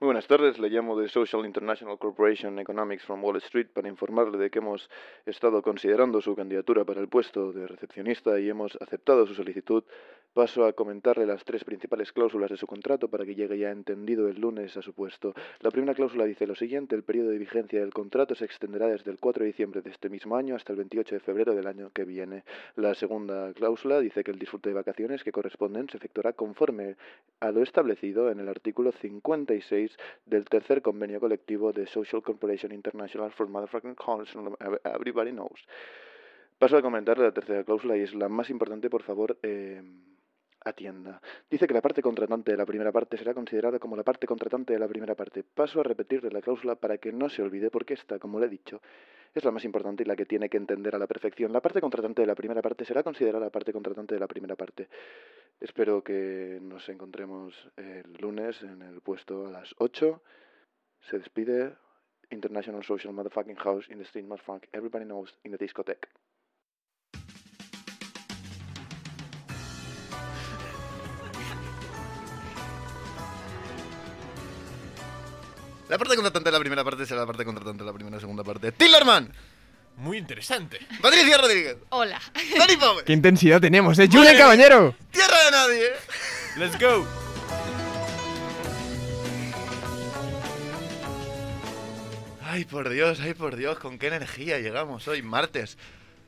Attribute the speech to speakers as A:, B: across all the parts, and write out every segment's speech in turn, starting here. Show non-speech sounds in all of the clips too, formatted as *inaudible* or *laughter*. A: Muy buenas tardes, le llamo de Social International Corporation Economics from Wall Street para informarle de que hemos estado considerando su candidatura para el puesto de recepcionista y hemos aceptado su solicitud. Paso a comentarle las tres principales cláusulas de su contrato para que llegue ya entendido el lunes a su puesto. La primera cláusula dice lo siguiente, el periodo de vigencia del contrato se extenderá desde el 4 de diciembre de este mismo año hasta el 28 de febrero del año que viene. La segunda cláusula dice que el disfrute de vacaciones que corresponden se efectuará conforme a lo establecido en el artículo 56 del tercer convenio colectivo de Social Corporation International for Motherfucking Calls, everybody knows. Paso a comentar la tercera cláusula y es la más importante, por favor. Eh atienda. Dice que la parte contratante de la primera parte será considerada como la parte contratante de la primera parte. Paso a repetirle la cláusula para que no se olvide porque esta, como le he dicho, es la más importante y la que tiene que entender a la perfección. La parte contratante de la primera parte será considerada la parte contratante de la primera parte. Espero que nos encontremos el lunes en el puesto a las 8. Se despide International Social Motherfucking House in the Street Motherfuck. Everybody knows in the discotheque. La parte contratante de la primera parte será la parte contratante de la primera y segunda parte. ¡Tillerman!
B: Muy interesante.
A: ¡Patricia Rodríguez!
C: Hola.
A: ¡Dani Pome!
D: ¡Qué intensidad tenemos, eh! ¡Julen Caballero!
A: ¡Tierra de nadie!
B: Let's go.
A: ¡Ay, por Dios, ay, por Dios! ¿Con qué energía llegamos hoy, martes,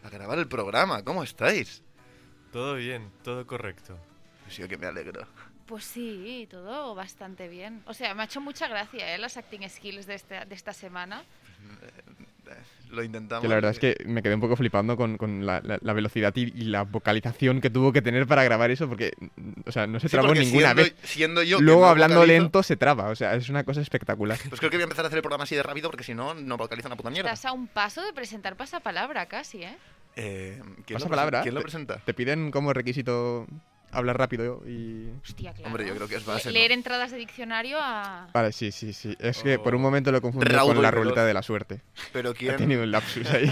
A: a grabar el programa? ¿Cómo estáis?
B: Todo bien, todo correcto.
A: Pues yo que me alegro.
C: *laughs* Pues sí, todo bastante bien. O sea, me ha hecho mucha gracia ¿eh? las acting skills de, este- de esta semana.
A: Lo intentamos.
D: Que la verdad es que me quedé un poco flipando con, con la, la- la velocidad y, y la vocalización que tuvo que tener para grabar eso, porque, mm, o sea, no se
A: Sí,
D: trabó
A: porque
D: ninguna
A: siendo,
D: vez.
A: Siendo yo. que
D: Luego,
A: no
D: hablando
A: vocalizo,
D: lento, se traba. O sea, es una cosa espectacular.
A: Pues creo que voy a empezar a hacer el programa así de rápido porque si no, no vocalizo una puta mierda.
C: Estás a un paso de presentar pasapalabra casi, ¿eh?
A: Eh, ¿quién, lo
D: Pasa
A: presen-
D: palabra.
A: ¿Quién lo
D: Te-
A: presenta?
D: Te piden como requisito hablar rápido y...
C: Hostia, claro.
A: Hombre, yo creo que es
C: Le-
A: base. ¿no?
C: Leer entradas de diccionario a...
D: Vale, sí, sí, sí. Es que por un momento lo confundí
A: Raudo
D: con
A: y
D: la
A: Oh. veloz.
D: ruleta de la suerte.
A: Pero
D: Ha
A: ¿quién,
D: tenido un lapsus
A: *laughs*
D: ahí.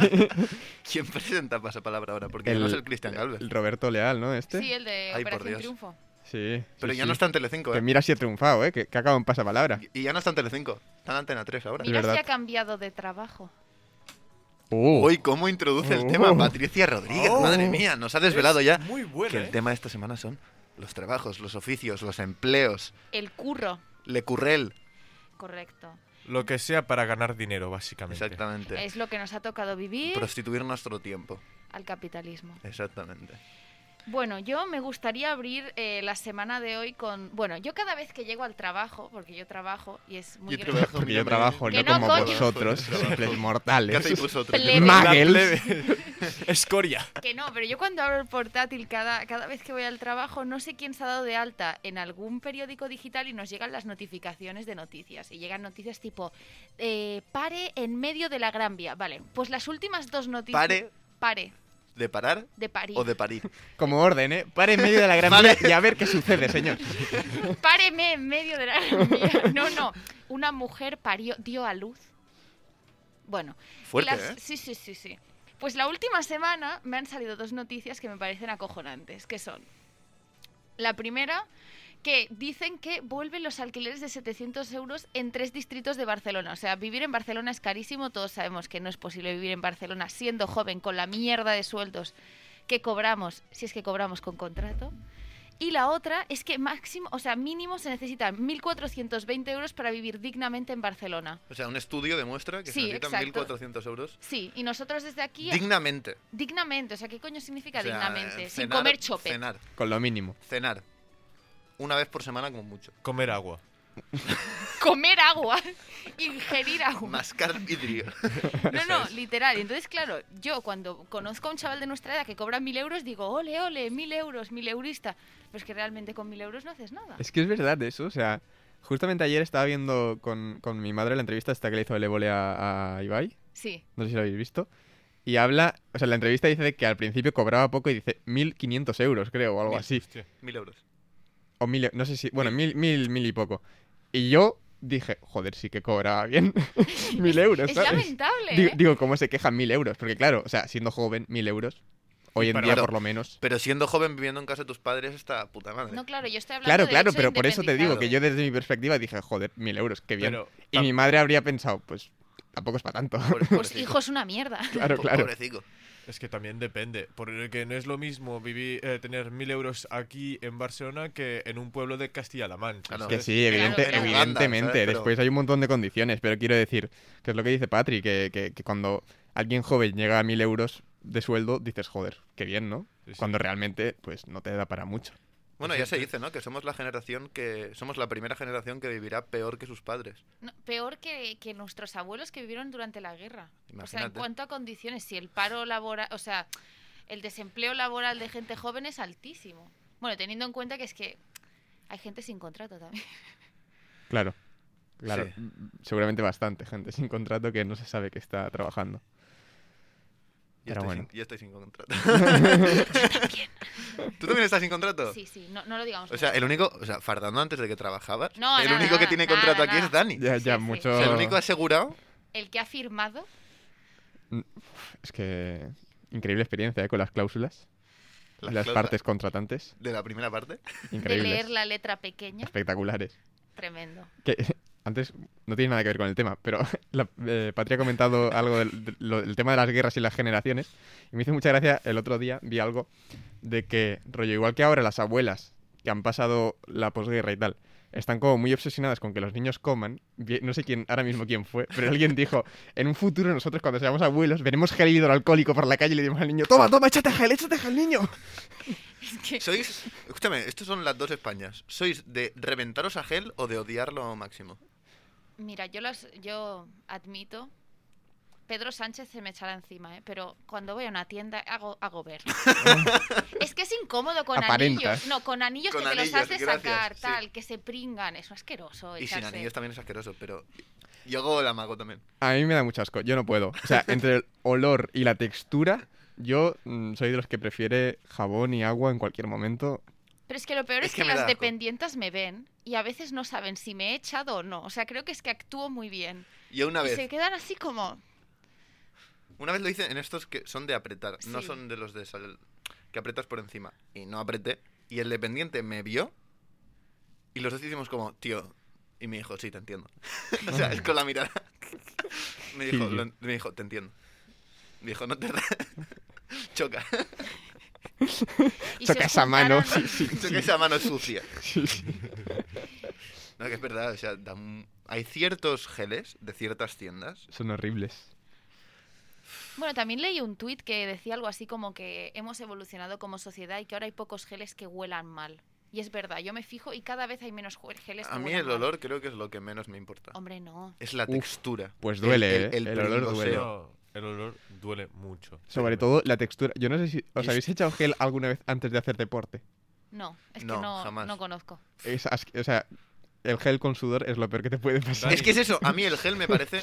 A: ¿quién presenta pasapalabra ahora? Porque no es el Cristian Galvez.
D: el Roberto Leal, ¿no? Este.
C: Sí, el de
A: Ay, por
C: Operación
A: Dios.
C: Triunfo.
D: Sí, sí,
A: Pero ya
D: sí.
A: no está en Telecinco,
D: Que
A: ¿eh?
D: mira si he triunfado, ¿eh? Que, que ha acabado en pasapalabra.
A: Y ya no está en Telecinco. Está en Antena 3 ahora.
C: Mira
D: verdad.
C: si ha cambiado de trabajo.
D: Uh,
A: Hoy, ¿cómo introduce el
D: Oh.
A: tema Patricia Rodríguez?
B: Oh.
A: Madre mía, nos ha desvelado ya
B: Es Muy bueno.
A: que el
B: ¿eh?
A: tema de esta semana son los trabajos, los oficios, los empleos,
C: El curro,
A: le currel.
C: correcto.
B: Lo que sea para ganar dinero, básicamente.
A: Exactamente.
C: Es lo que nos ha tocado vivir
A: Prostituir nuestro tiempo.
C: al capitalismo.
A: Exactamente.
C: Bueno, yo me gustaría abrir eh, la semana de hoy con... Bueno, yo cada vez que llego al trabajo, porque yo trabajo y es muy... gracioso-
D: porque
A: mira,
D: yo trabajo,
C: Que
D: no
C: no,
D: como
C: coño.
A: *laughs*
D: vosotros, *laughs* simples mortales.
A: ¿Qué hacéis vosotros?
C: Plebe.
D: Ma-
B: La
D: Ángel.
B: plebe. *laughs* Escoria.
C: Que no, pero yo cuando abro el portátil cada, cada vez que voy al trabajo, no sé quién se ha dado de alta en algún periódico digital y nos llegan las notificaciones de noticias. Y llegan noticias tipo, eh, pare en medio de la Gran Vía. Vale, pues las últimas dos noticias...
A: Pare.
C: Pare,
A: ¿De parar
C: de París.
A: o de parir?
D: Como orden, ¿eh? Para en medio de la gran vía y a ver qué sucede, señor.
C: *laughs* Páreme en medio de la Gran Vía. No, no. Una mujer parió, dio a luz. Bueno.
A: Fuerte,
C: las-
A: ¿eh?
C: Sí, sí, sí, sí. Pues la última semana me han salido dos noticias que me parecen acojonantes, que son la primera, que dicen que vuelven los alquileres de 700 euros en tres distritos de Barcelona. O sea, vivir en Barcelona es carísimo, todos sabemos que no es posible vivir en Barcelona siendo joven con la mierda de sueldos que cobramos, si es que cobramos con contrato. Y la otra es que máximo, o sea, mínimo se necesitan 1.420 euros para vivir dignamente en Barcelona.
A: O sea, un estudio demuestra que
C: Sí,
A: se necesitan
C: exacto.
A: 1.400 euros
C: Sí, y nosotros desde aquí...
A: dignamente.
C: Dignamente, o sea, ¿qué coño significa
A: O sea,
C: dignamente? Sin
A: cenar-
C: comer chope.
A: Cenar,
D: Con lo mínimo.
A: cenar. Una vez por semana como mucho.
B: Comer agua.
C: Comer agua. *laughs* Ingerir agua. *laughs*
A: Mascar vidrio.
C: No, no, literal. Entonces, claro, yo cuando conozco a un chaval de nuestra edad que cobra mil euros, digo, ole, ole, mil euros, mil eurista. Pero es que realmente con mil euros no haces nada.
D: Es que es verdad eso, o sea, justamente ayer estaba viendo con, con mi madre la entrevista esta que le hizo el Évole a, a Ibai,
C: Sí.
D: no sé si lo habéis visto, y habla, o sea, la entrevista dice que al principio cobraba poco y dice 1.500 euros, creo, o algo
A: Mil.
D: así,
B: Hostia.
A: Mil euros.
D: o mil, no sé si, bueno, mil, mil, mil y poco. Y yo dije, joder, sí que cobraba bien, *laughs* 1.000 euros,
C: Es
D: ¿sabes?
C: lamentable.
D: Digo,
C: ¿eh?
D: digo, ¿cómo se quejan 1.000 euros? Porque claro, o sea, siendo joven, 1.000 euros, hoy en
B: para-
D: día
E: Claro.
D: por lo menos.
E: Pero siendo joven viviendo en casa de tus padres está puta madre.
C: No, claro, yo estoy hablando
D: Claro,
C: de
D: claro,
C: hecho
D: pero por eso te digo
C: independizado.
D: que yo desde mi perspectiva dije, joder, mil euros, qué bien.
B: Pero
D: y
B: tam-
D: mi madre habría pensado, pues tampoco es para tanto. *laughs*
C: *laughs*
E: Pobre-
C: Pues
E: pobrecico.
C: hijo es una mierda.
D: claro,
E: Po-
D: claro.
E: pobrecico.
B: Es que también depende, porque no es lo mismo vivir, eh, tener mil euros aquí en Barcelona que en un pueblo de Castilla-La Mancha.
E: Claro.
D: Que
B: ¿sabes?
D: sí, evidente-
C: claro.
D: evidentemente.
E: Uganda, ¿sabes? Pero-
D: Después hay un montón de condiciones, pero quiero decir, que es lo que dice Patri, que, que- que cuando alguien joven llega a mil euros de sueldo, dices, joder, qué bien, ¿no?
B: Sí, sí.
D: Cuando realmente, pues no te da para mucho.
E: Bueno,
D: Pues
E: ya se
B: Siempre.
E: dice, ¿no? Que somos la generación que. Somos la primera generación que vivirá peor que sus padres.
C: No, peor que, que nuestros abuelos que vivieron durante la guerra. O sea, en
E: Imagínate.
C: cuanto a condiciones, si el paro laboral, o sea, el desempleo laboral de gente joven es altísimo. Bueno, teniendo en cuenta que es que hay gente sin contrato también.
D: Claro. Claro,
E: Sí.
D: m- seguramente bastante gente sin contrato que no se sabe que está trabajando.
E: Yo,
D: Pero
E: estoy,
D: bueno.
E: sin, yo estoy sin
D: *laughs*
E: contrato. ¿Tú también estás sin contrato?
C: Sí, sí, no, no lo digamos.
E: O sea,
C: nunca.
E: el único. O sea, fardando antes de que trabajabas.
C: No,
E: el
C: nada,
E: único que
C: nada,
E: tiene
C: nada,
E: contrato aquí
C: nada.
E: es Dani.
D: Ya,
C: Sí,
D: ya,
C: sí.
D: mucho.
E: O sea, el único asegurado.
C: El que ha firmado,
D: Es que. Increíble experiencia ¿eh? con las cláusulas, las,
E: clausas
D: partes contratantes.
E: De la primera parte.
C: de
D: Increíbles.
C: leer la letra pequeña,
D: Espectaculares.
C: tremendo.
D: Que *laughs* antes no tiene nada que ver con el tema, pero *laughs* la, eh, Patria ha comentado algo del, de lo- del tema de las guerras y las generaciones. Y me hizo mucha gracia el otro día, vi algo de que, rollo, igual que ahora las abuelas que han pasado la posguerra y tal, están como muy obsesionadas con que los niños coman. Vi- No sé quién, ahora mismo quién fue, pero alguien dijo, en un futuro nosotros cuando seamos abuelos veremos gel hidroalcohólico por la calle y le diremos al niño, toma, toma, échate gel, échate gel, niño.
C: Es que
E: Sois. Escúchame, estas son las dos Españas. ¿Sois de reventaros a gel o de odiarlo máximo?
C: Mira, yo los, yo admito, Pedro Sánchez se me echará encima, ¿eh? pero cuando voy a una tienda hago, hago
D: *laughs*
C: ver. es que es incómodo con
D: Aparentas.
C: anillos. No, con anillos
E: Con
C: que te
E: anillos,
C: los has de
E: gracias,
C: sacar,
E: sí.
C: tal, que se pringan. Es asqueroso.
E: Y sin
C: echarse.
E: anillos también es asqueroso, pero. Yo hago el amago también.
D: A mí me da mucho asco, yo no puedo. O sea, entre el olor y la textura, yo mm, soy de los que prefiere jabón y agua en cualquier momento. *laughs*
C: Pero es que lo peor
E: Es
C: es,
E: que
C: que,
E: me da
C: las
E: asco.
C: dependientas me ven y a veces no saben si me he echado o no. O sea, creo que es que actúo muy bien.
E: Yo una
C: y
E: vez.
C: se quedan así como.
E: Una vez lo hice en estos que son de apretar, no
C: Sí.
E: son de los de sal, que apretas por encima. Y no apreté. Y el dependiente me vio y los dos hicimos como, tío. Y me dijo, sí, te entiendo. *laughs* o sea, es con la mirada. *laughs* me, dijo,
D: Sí, sí.
E: lo- me dijo, te entiendo. Me dijo, no te... ra- *laughs*
D: *laughs*
E: Choca.
C: Y se
D: Chocas a mano.
C: juntaron-
D: *laughs*
E: Choca esa mano sucia.
D: Sí, sí.
E: No, que es verdad. O sea, da un- hay ciertos geles de ciertas tiendas.
D: Son horribles.
C: Bueno, también leí un tuit que decía algo así como que hemos evolucionado como sociedad y que ahora hay pocos geles que huelan mal. Y es verdad, yo me fijo y cada vez hay menos jue- geles que
E: A mí
C: huelan
E: el
C: mal.
E: olor creo que es lo que menos me importa.
C: Hombre, no.
E: Es la
D: Uf,
E: textura.
D: pues
E: El-
D: duele,
E: el,
D: ¿eh? El olor
E: pringoseo.
D: duele.
B: No, el olor duele mucho.
D: Sobre todo la textura. Yo no sé si os
E: Es-
D: habéis echado gel alguna vez antes de hacer deporte.
C: No, es
E: No,
C: que no,
E: jamás.
C: no conozco.
D: Es as- o sea, el gel con sudor es lo peor que te puede pasar.
B: Dani.
E: Es que es eso, a mí el gel me parece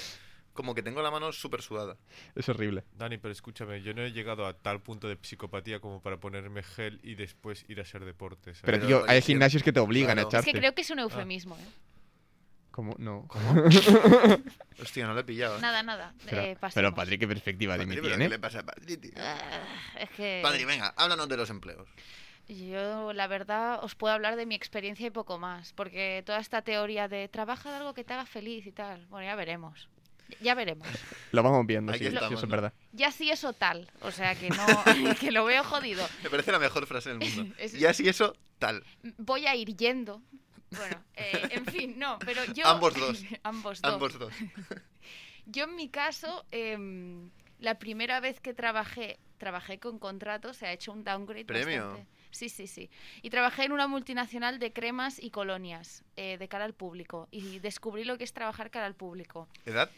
E: como que tengo la mano súper sudada.
D: Es horrible.
B: Dani, pero escúchame, yo no he llegado a tal punto de psicopatía como para ponerme gel y después ir a hacer deportes.
D: Pero,
E: Pero,
D: tío,
E: oye,
D: hay
E: sí,
D: gimnasios que te obligan a
E: claro.
C: Es
D: echarte.
C: que creo que
E: Ah.
C: es un eufemismo, ¿eh?
D: ¿Cómo? No.
E: Hostia, no lo he pillado. ¿eh?
C: Nada, nada.
D: Pero,
C: eh, pasemos.
D: pero, Patri, qué perspectiva de ¿eh?
E: Padre,
D: mí
E: ¿pero
D: tiene.
E: ¿Qué le pasa a Padre, tío?
C: Ah, Es que
E: Padre, venga, háblanos de los empleos.
C: yo la verdad os puedo hablar de mi experiencia y poco más, porque toda esta teoría de trabaja de algo que te haga feliz y tal, bueno, ya veremos. Ya veremos.
D: Lo vamos viendo,
E: Aquí
D: sí, sí,
E: estamos,
D: eso es
E: ¿no?
D: verdad.
C: Ya sí eso tal, o sea que no *laughs* que lo veo jodido.
E: Me parece la mejor frase del mundo.
C: *laughs* Es-
E: Y así eso, tal.
C: voy a ir yendo. Bueno, eh, en fin, no, pero yo...
E: Ambos dos.
C: *laughs* ambos dos.
E: Ambos dos.
C: Yo en mi caso, em, la primera vez que trabajé, trabajé con contrato, se ha hecho un downgrade.
E: Premio.
C: bastante. Sí, sí, sí. Y trabajé en una multinacional de cremas y colonias eh, de cara al público. Y descubrí lo que es trabajar cara al público.
E: ¿Edad?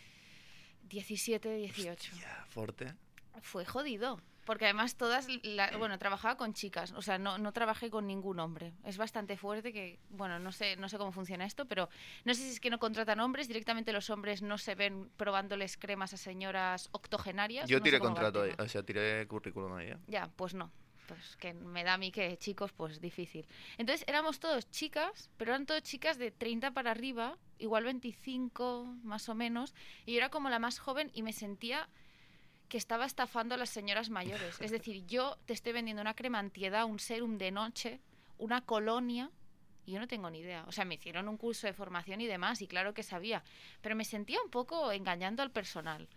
C: 17, 18.
E: Hostia, fuerte.
C: Fue jodido. Porque además todas, la- bueno, trabajaba con chicas, o sea, no, no trabajé con ningún hombre. Es bastante fuerte que, bueno, no sé, no sé cómo funciona esto, pero no sé si es que no contratan hombres, directamente los hombres no se ven probándoles cremas a señoras octogenarias.
E: Yo
C: no sé
E: tiré
C: cómo va el
E: contrato ahí,
C: tema.
E: o sea, tiré currículum ahí. ¿eh?
C: Ya, pues no. Pues que me da a mí que chicos, pues difícil. Entonces éramos todos chicas, pero eran todas chicas de 30 para arriba, igual 25 más o menos, y yo era como la más joven y me sentía que estaba estafando a las señoras mayores. Es decir, yo te estoy vendiendo una crema antiedad, un serum de noche, una colonia, y yo no tengo ni idea. O sea, me hicieron un curso de formación y demás, y claro que sabía, pero me sentía un poco engañando al personal.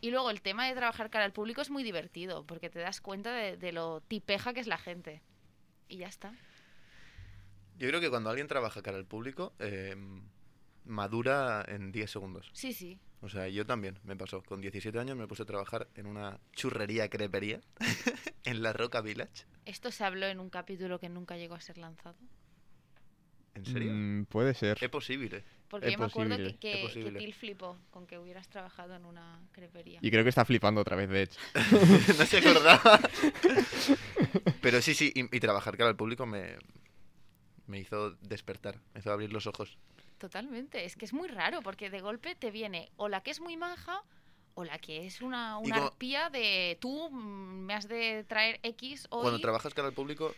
C: Y luego el tema de trabajar cara al público es muy divertido, porque te das cuenta de, de lo tipeja que es la gente. Y ya está.
E: Yo creo que cuando alguien trabaja cara al público, eh, madura en 10 segundos.
C: Sí, sí.
E: O sea, yo también me pasó. Con 17 años me puse a trabajar en una churrería
C: *laughs*
E: crepería en la Roca Village.
C: Esto se habló en un capítulo que nunca llegó a ser lanzado.
E: ¿En serio?
D: Mm, puede ser.
C: Eh,
E: Es posible.
C: Porque
D: Es
C: yo me acuerdo que,
D: posible,
C: que,
E: es posible.
C: que Till flipó con que hubieras trabajado en una crepería.
D: Y creo que está flipando otra vez, de hecho.
E: *laughs* no se acordaba. Pero sí, sí, y, y trabajar cara al público me, me hizo despertar, me hizo abrir los ojos.
C: Totalmente. Es que es muy raro porque de golpe te viene o la que es muy maja o la que es una,
E: Y
C: una
E: como-
C: arpía de tú mm, me has de traer X hoy.
E: Cuando trabajas cara al público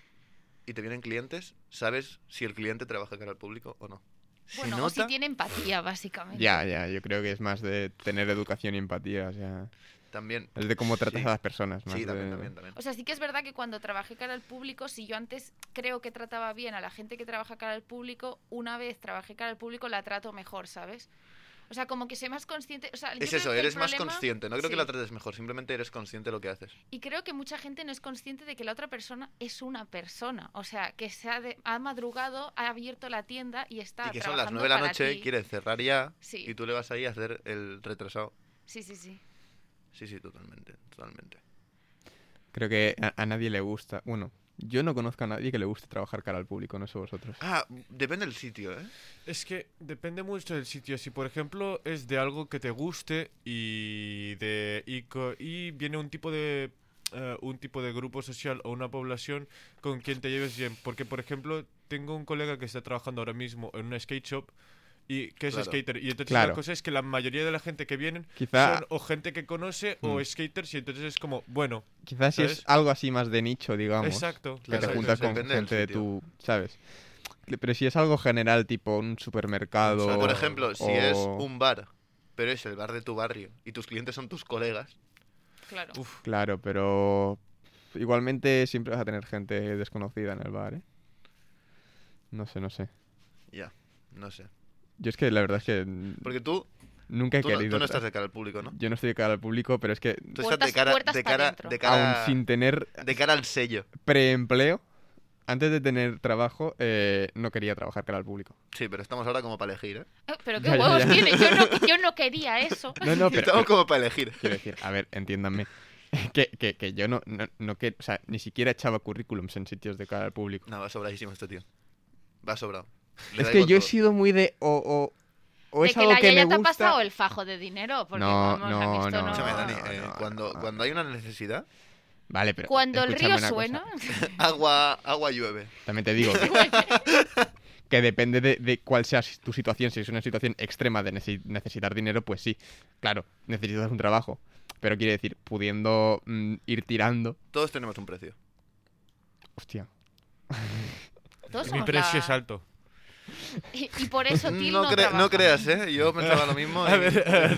E: y te vienen clientes, sabes si el cliente trabaja cara al público o no. Se
C: bueno, o
E: nota.
C: si tiene empatía, básicamente.
D: Ya, ya, yo creo que es más de tener educación y empatía, o sea,
E: También.
D: es de cómo tratas
E: Sí.
D: a las personas. Más
E: Sí, también,
D: de-
E: también, también.
C: O sea, sí que es verdad que cuando trabajé cara al público, si yo antes creo que trataba bien a la gente que trabaja cara al público, una vez trabajé cara al público la trato mejor, ¿sabes? O sea, como que soy más consciente. O sea, yo
E: Es
C: creo
E: eso,
C: que el
E: eres más
C: problema-
E: consciente. No creo que
C: sí.
E: la trates mejor, simplemente eres consciente de lo que haces.
C: Y creo que mucha gente no es consciente de que la otra persona es una persona. O sea, que se ha, de- ha madrugado, ha abierto la tienda y está.
E: y que son las
C: trabajando
E: 9 de la
C: para
E: noche,
C: ti.
E: quieres cerrar ya
C: Sí.
E: y tú le vas ahí a hacer el retrasado.
C: Sí, sí, sí.
E: Sí, sí, totalmente, totalmente.
D: Creo que a, a nadie le gusta. Bueno, yo no conozco a nadie que le guste trabajar cara al público, no sé vosotros.
E: Ah, depende del sitio, ¿eh?
B: Es que depende mucho del sitio. Si, por ejemplo, es de algo que te guste y, de, y, co- y viene un tipo de eh, un tipo de grupo social o una población con quien te lleves bien. Porque, por ejemplo, tengo un colega que está trabajando ahora mismo en una skate shop y que es
E: Claro.
B: skater. Y entonces
D: Claro.
B: la cosa es que la mayoría de la gente que vienen
D: Quizá-
B: son o gente que conoce o
D: Mm.
B: skaters y entonces es como, bueno,
D: Quizás si es
B: ¿Sabes?
D: algo así más de nicho, digamos.
B: exacto.
D: Que
E: Claro,
D: te
B: exacto,
E: sí,
D: juntas
E: sí,
D: con
E: depende del
D: gente de
E: sitio.
D: tu, ¿sabes? Pero si es algo general, tipo un supermercado.
E: O sea, por ejemplo, si es
D: o-
E: un bar, pero es el bar de tu barrio y tus clientes son tus colegas,
C: Claro.
B: Uf.
D: Claro, pero igualmente siempre vas a tener gente desconocida en el bar, ¿eh? No sé, no sé.
E: ya, no sé.
D: Yo es que la verdad es que mm,
E: Porque tú,
D: nunca he
E: tú, no,
D: querido.
E: tú no
D: tra-
E: estás de cara al público, ¿no?
D: Yo no estoy de cara al público, pero es que
E: Tú
C: Puertas-
E: estás de cara,
C: puertas
E: de
C: pa'
E: cara,
C: dentro.
E: de cara,
D: aún sin tener
E: de cara al sello.
D: preempleo, antes de tener trabajo, eh, no quería trabajar cara al público.
E: Sí, pero estamos ahora como para elegir, ¿eh?
C: Eh, Pero qué
D: Ya, ya,
C: huevos
D: ya.
C: tiene. Yo no, yo
D: *laughs*
C: no quería eso.
D: No,
E: *laughs*
D: no, pero, eh,
E: estamos como para elegir. *laughs*
D: Quiero decir, a ver, entiéndanme. Que, que, que yo no, no, no que, o sea, ni siquiera echaba currículums en sitios de cara al público.
E: No, va sobradísimo este tío. Va sobrado. Le
D: Es
E: da
D: que
E: igual
D: yo he
E: todo.
D: sido muy de o, o, o
C: De
D: es
C: que
D: algo
C: la
D: que
C: Yaya
D: me
E: ya
C: te ha
D: gusta.
C: pasado el fajo de dinero. Porque,
D: No,
C: vamos, a mí
D: no,
C: esto
D: no.
E: Escúchame, Dani,
D: no,
E: eh,
D: no,
E: cuando,
D: no.
E: cuando hay una necesidad, *laughs*
D: Vale, pero
C: Cuando el
D: escúchame
C: río
D: una cosa.
C: suena.
E: agua, agua llueve.
D: También te digo que, *laughs* que depende de, de cuál sea tu situación. Si es una situación extrema de necesi- necesitar dinero, pues sí, claro, necesitas un trabajo. Pero quiere decir, pudiendo mm, ir tirando.
E: Todos tenemos un precio.
D: Hostia.
C: *laughs* Todos
B: Mi
C: somos
B: precio
C: la-
B: es alto.
C: Y, y por eso Till no,
E: *laughs* No, cre-
C: trabaja.
E: no creas, ¿eh? Yo pensaba
D: *laughs*
E: lo mismo.
B: A
E: y-
B: ver, *laughs* eh,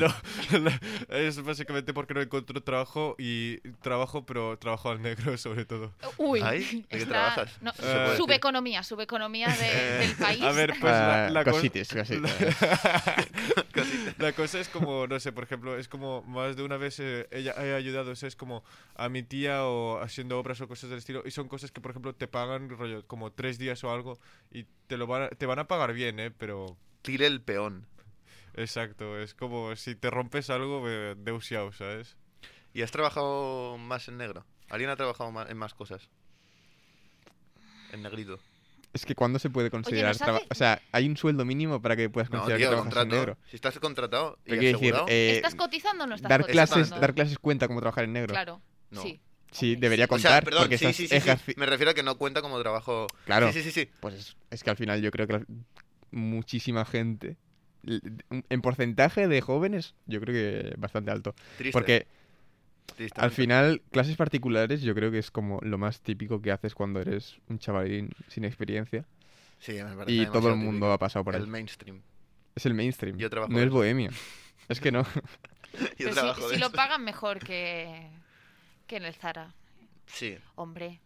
B: no, no, Es básicamente porque no encuentro trabajo y trabajo, pero trabajo al negro *laughs* sobre todo.
C: Uy.
E: Ay, ¿de qué
C: está-
E: trabajas?
C: no,
E: Se puede Eh,
C: subeconomía, subeconomía de- del país.
B: A ver, pues
D: Eh, Ah,
B: la,
D: eh,
B: la cos- *laughs*
D: cositas,
E: *laughs*
D: cositas.
B: la cosa es como, no sé, por ejemplo, es como más de una vez eh, ella he ayudado, o sea, es como a mi tía o haciendo obras o cosas del estilo, y son cosas que, por ejemplo, te pagan rollo, como tres días o algo, y te, lo van a, te van a pagar bien, ¿eh? Pero,
E: Tire el peón.
B: exacto, es como si te rompes algo, eh, deusiao, ¿sabes?
E: ¿Y has trabajado más en negro? ¿Alguien ha trabajado ma- en más cosas? En negrito.
D: Es que cuando se puede considerar
C: nos hace-
D: trabajo. O sea, hay un sueldo mínimo para que puedas
E: No,
D: considerar
E: tío,
D: que trabajas en
E: contrato.
D: negro.
E: Si estás contratado y
D: Pero quiero decir,
E: asegurado,
D: eh,
C: ¿Estás cotizando o no estás
D: dar
C: cotizando?
D: clases,
E: Exactamente.
D: dar clases cuenta como trabajar en negro.
C: Claro.
E: No.
C: Sí.
D: Sí,
C: Ok,
D: debería
E: O sea,
D: contar
E: perdón,
D: porque
E: sí,
D: estás
E: sí, sí, sí,
D: ejerci-
E: Me refiero a que no cuenta como trabajo.
D: Claro.
E: Sí, sí, sí, sí.
D: Pues es, es que al final yo creo que la- muchísima gente l- en porcentaje de jóvenes, yo creo que bastante alto,
E: Triste.
D: porque
E: triste.
D: al final clases particulares yo creo que es como lo más típico que haces cuando eres un chavalín sin experiencia
E: Sí, me parece
D: y todo
E: demasiado
D: el mundo
E: típico.
D: ha pasado por ahí.
E: El mainstream. *laughs*
D: Es el mainstream,
E: Yo trabajo
D: no *laughs* es
E: eso.
D: bohemia. Es que no.
E: Yo
C: Pero si-
E: trabajo
C: si,
E: de
C: lo
E: eso.
C: pagan mejor que, que en el Zara.
E: Sí,
D: *laughs*
C: Hombre,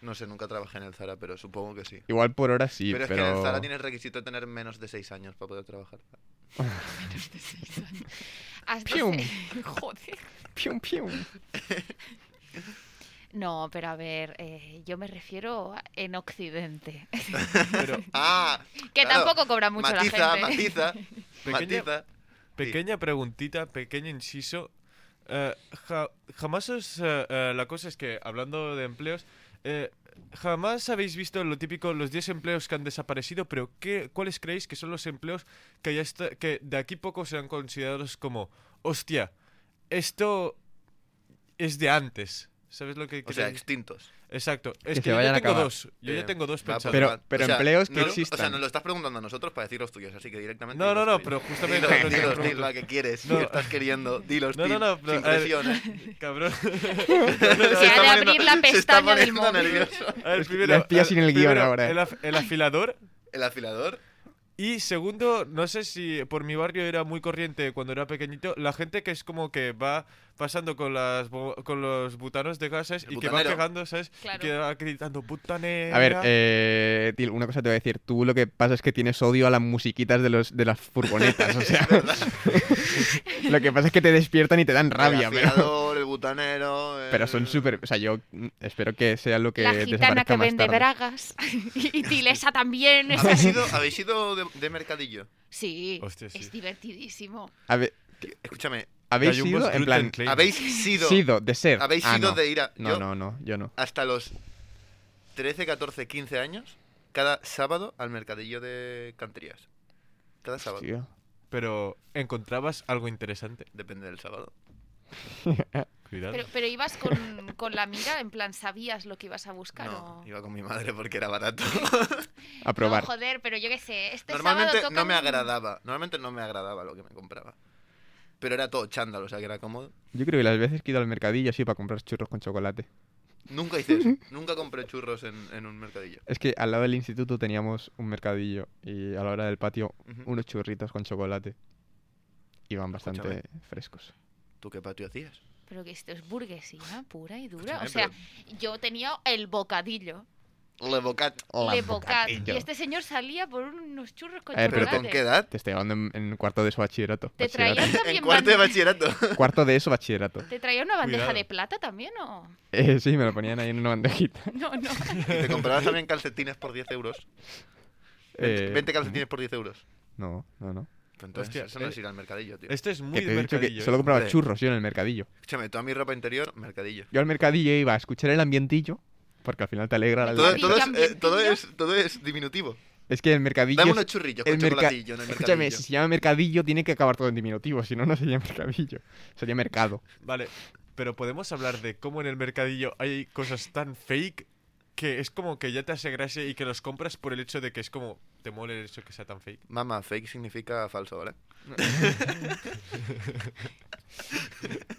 E: no sé, nunca trabajé en el Zara, pero supongo que sí.
D: Igual por hora sí,
E: pero
D: pero...
E: es que en el Zara tienes requisito de tener menos de 6 años para poder trabajar.
C: menos de seis años. Hasta
D: Pium.
C: hace- Joder.
D: Pium, pium.
C: No, pero a ver, eh, yo me refiero a- en Occidente.
B: Pero
E: *laughs* Ah,
C: que
E: Claro,
C: tampoco cobra mucho
E: matiza,
C: la gente.
E: matiza,
B: Pequeña-
E: matiza.
B: Pequeña preguntita, pequeño inciso. Eh, ja- jamás os... eh, eh, la cosa es que, hablando de empleos, eh, jamás habéis visto lo típico, los 10 empleos que han desaparecido, pero ¿qué, ¿cuáles creéis que son los empleos que, ya está- que de aquí poco sean considerados como, hostia, esto es de antes? ¿Sabes lo que
E: O sea,
B: creéis?
E: extintos.
B: Exacto. Es
D: se
B: que, yo ya
D: vayan a
B: tengo
D: acabar.
B: dos. Yo
E: Eh,
B: ya tengo dos
E: va,
B: pensados.
E: pues
D: Pero-
E: va.
D: pero empleos que
E: no- O sea,
D: existan.
E: nos lo estás preguntando a nosotros para decir los tuyos, así que directamente.
B: No,
E: di
B: no,
E: los
B: no,
E: tuyos.
B: pero justamente...
E: Dilo,
B: no te
E: dilo,
B: pregunto.
E: dilo, que quieres,
B: No.
E: que estás queriendo, dilo,
B: No, no, no, pero,
E: sin
B: a ver, *laughs*
E: presiones.
B: Cabrón.
C: Se ha de
E: poniendo-
C: abrir la
E: se está
C: pestaña del
E: poniendo
C: móvil.
E: nervioso.
B: A ver,
D: Es que
B: primero,
D: la espía
B: el-
D: sin el
B: primero,
D: guión ahora, eh.
B: El, af- el afilador.
E: El afilador.
B: Y segundo, no sé si por mi barrio era muy corriente cuando era pequeñito, la gente que es como que va pasando con las bo- con los butanos de gases
E: El
B: y que va
E: butanero.
B: pegando, ¿sabes?
C: Claro.
B: Y que va gritando butanera.
D: A ver, eh, Til, una cosa te voy a decir. Tú lo que pasa es que tienes odio a las musiquitas de, los, de las furgonetas. *laughs* O
E: *laughs*
D: sea, lo que pasa es que te despiertan y te dan *laughs* rabia.
E: El
D: Pero,
E: afilador, el butanero. el-
D: pero son súper... O sea, yo mm, espero que sea lo que
C: la gitana
D: desaparezca
C: que
D: más
C: vende
D: tarde.
C: bragas. *laughs* y
D: *laughs*
C: Tilesa también. esa-
E: ¿Habéis ido, habéis ido de, de mercadillo?
C: Sí,
B: Hostia, sí.
C: es divertidísimo.
D: Habe-
E: Escúchame,
D: ¿Habéis
B: Cayumbos
D: sido, en
B: gluten
D: plan...
B: claim.
E: habéis
D: Sido,
E: sido.
D: de ser.
E: Habéis
D: Ah,
E: sido
D: no.
E: de ir a.
D: No,
E: yo,
D: no, no, yo no.
E: hasta los 13, 14, 15 años, cada sábado al mercadillo de Canterías. Cada sábado.
D: Hostia.
B: Pero encontrabas algo interesante.
E: Depende del sábado.
B: Cuidado.
C: Pero, pero ibas con, con la mira, en plan, sabías lo que ibas a buscar.
E: No,
C: o-
E: iba con mi madre porque era barato.
C: *laughs*
D: A probar.
C: No, joder, pero yo qué sé. Este
E: Normalmente
C: sábado
E: no me
C: tocan-
E: agradaba. Normalmente no me agradaba lo que me compraba. Pero era todo chándalo, o sea que era cómodo.
D: Yo creo que las veces que he ido al mercadillo así para comprar churros con chocolate.
E: Nunca hice eso. Nunca compré churros en, en un mercadillo.
D: Es que al lado del instituto teníamos un mercadillo y a la hora del patio
E: Ujú.
D: unos churritos con chocolate. Iban bastante
E: Escúchame.
D: frescos.
E: ¿Tú qué patio hacías?
C: Pero que esto es burguesía pura y dura. O sea,
E: Escúchame,
C: yo tenía el bocadillo
E: Le bocat.
D: Oh,
C: de bocat. Y este señor salía por unos churros con
D: Eh,
E: ¿Pero
C: chocolate.
E: con qué edad?
D: Te estoy hablando en, en cuarto de eso bachillerato.
C: ¿Te
D: Bachillerato.
C: traían
E: En
C: también
E: cuarto de
C: bande- *laughs*
E: bachillerato.
D: Cuarto de eso bachillerato.
C: ¿Te traía una bandeja
B: Cuidado.
C: de plata también o...? *laughs*
D: Eh, sí, me lo ponían ahí en una bandejita.
C: No, no.
E: Y te comprabas también calcetines por 10 euros.
D: Eh,
E: 20 calcetines por 10 euros.
D: No, no, no.
E: Pero entonces,
B: Hostia,
E: eso no es
B: eh,
E: ir al mercadillo, tío.
B: Este es muy de
D: Que te he dicho que
B: mercadillo,
D: solo
B: ¿eh?
D: compraba
E: Hombre.
D: churros yo en el mercadillo.
E: Escúchame, toda mi ropa interior, mercadillo.
D: Yo al mercadillo iba a escuchar el ambientillo, porque al final te alegra la
E: Todo,
C: Mercadillo,
E: todo es, eh,
C: ambientillo.
E: todo, es, todo es diminutivo.
D: Es que el mercadillo...
E: Dame
D: es-
E: unos churrillos
D: el
E: con
D: merca-
E: chocolatillo en el
D: Escúchame,
E: mercadillo.
D: si se llama mercadillo tiene que acabar todo en diminutivo, si no, no sería *laughs* mercadillo. Sería mercado.
B: Vale, pero podemos hablar de cómo en el mercadillo hay cosas tan fake que es como que ya te hace gracia y que los compras por el hecho de que es como te mole el hecho que sea tan fake.
E: Mamá, fake significa falso, ¿vale?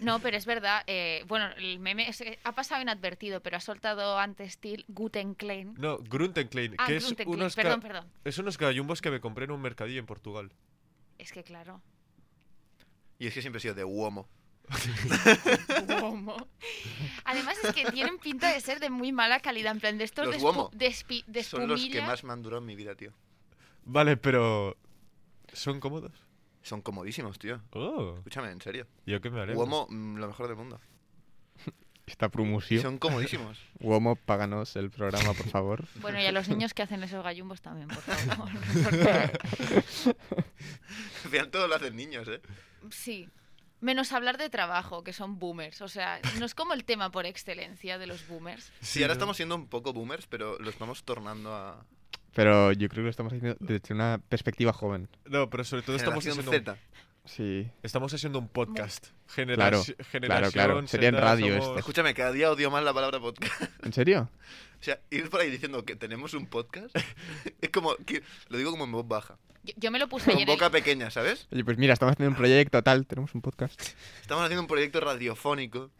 C: No, pero es verdad. eh, bueno, el meme es que ha pasado inadvertido, pero ha soltado antes Till Guten Klein.
B: No, Gruntenklein,
C: Ah,
B: Mm, que es
C: Guten Klein,
B: unos, ca-
C: perdón, perdón.
B: es unos gallumbos que me compré en un mercadillo en Portugal.
C: Es
B: *laughs*
C: que claro.
E: Y es que siempre he sido de uomo.
C: Uomo. Además es que tienen pinta de ser de muy mala calidad, en plan de estos
E: Los
C: de,
E: Uomo
C: espu- de espi- de
E: Son los que
C: espumilla.
E: más me han durado en mi vida, tío.
B: Vale, pero. ¿Son cómodos?
E: Son comodísimos, tío.
B: Oh,
E: Escúchame, en serio.
B: yo que me haré.
E: Uomo, mm, lo mejor del mundo.
D: Esta
E: Y
D: promoción.
B: *laughs*
E: son comodísimos.
D: Uomo, páganos el programa, por favor. *laughs*
C: Bueno, y a los niños que hacen esos gallumbos también, por
E: *laughs*
C: favor. porque-
E: Al final todo lo hacen niños, ¿eh?
C: sí. Menos hablar de trabajo, que son boomers. O sea, no es como el tema por excelencia de los boomers.
E: Sí, ahora estamos siendo un poco boomers, pero lo estamos tornando a...
D: Pero yo creo que lo estamos haciendo desde una perspectiva joven.
B: No, pero sobre todo estamos
E: generación
B: haciendo, un,
E: Z.
D: Sí.
B: estamos haciendo un podcast.
D: Claro,
B: Generación,
D: claro, claro. Sería en
B: Z,
D: radio
B: somos-
D: esto.
E: Escúchame, cada día odio más la palabra podcast.
D: ¿En serio?
E: O sea, ir por ahí diciendo que tenemos un podcast es como... que- lo digo como en voz baja.
C: Yo, yo me lo puse
E: Con
C: ayer.
E: boca
C: el-
E: pequeña, ¿sabes?
D: Oye, pues mira, estamos haciendo un proyecto tal, tenemos un podcast.
E: Estamos haciendo un proyecto radiofónico.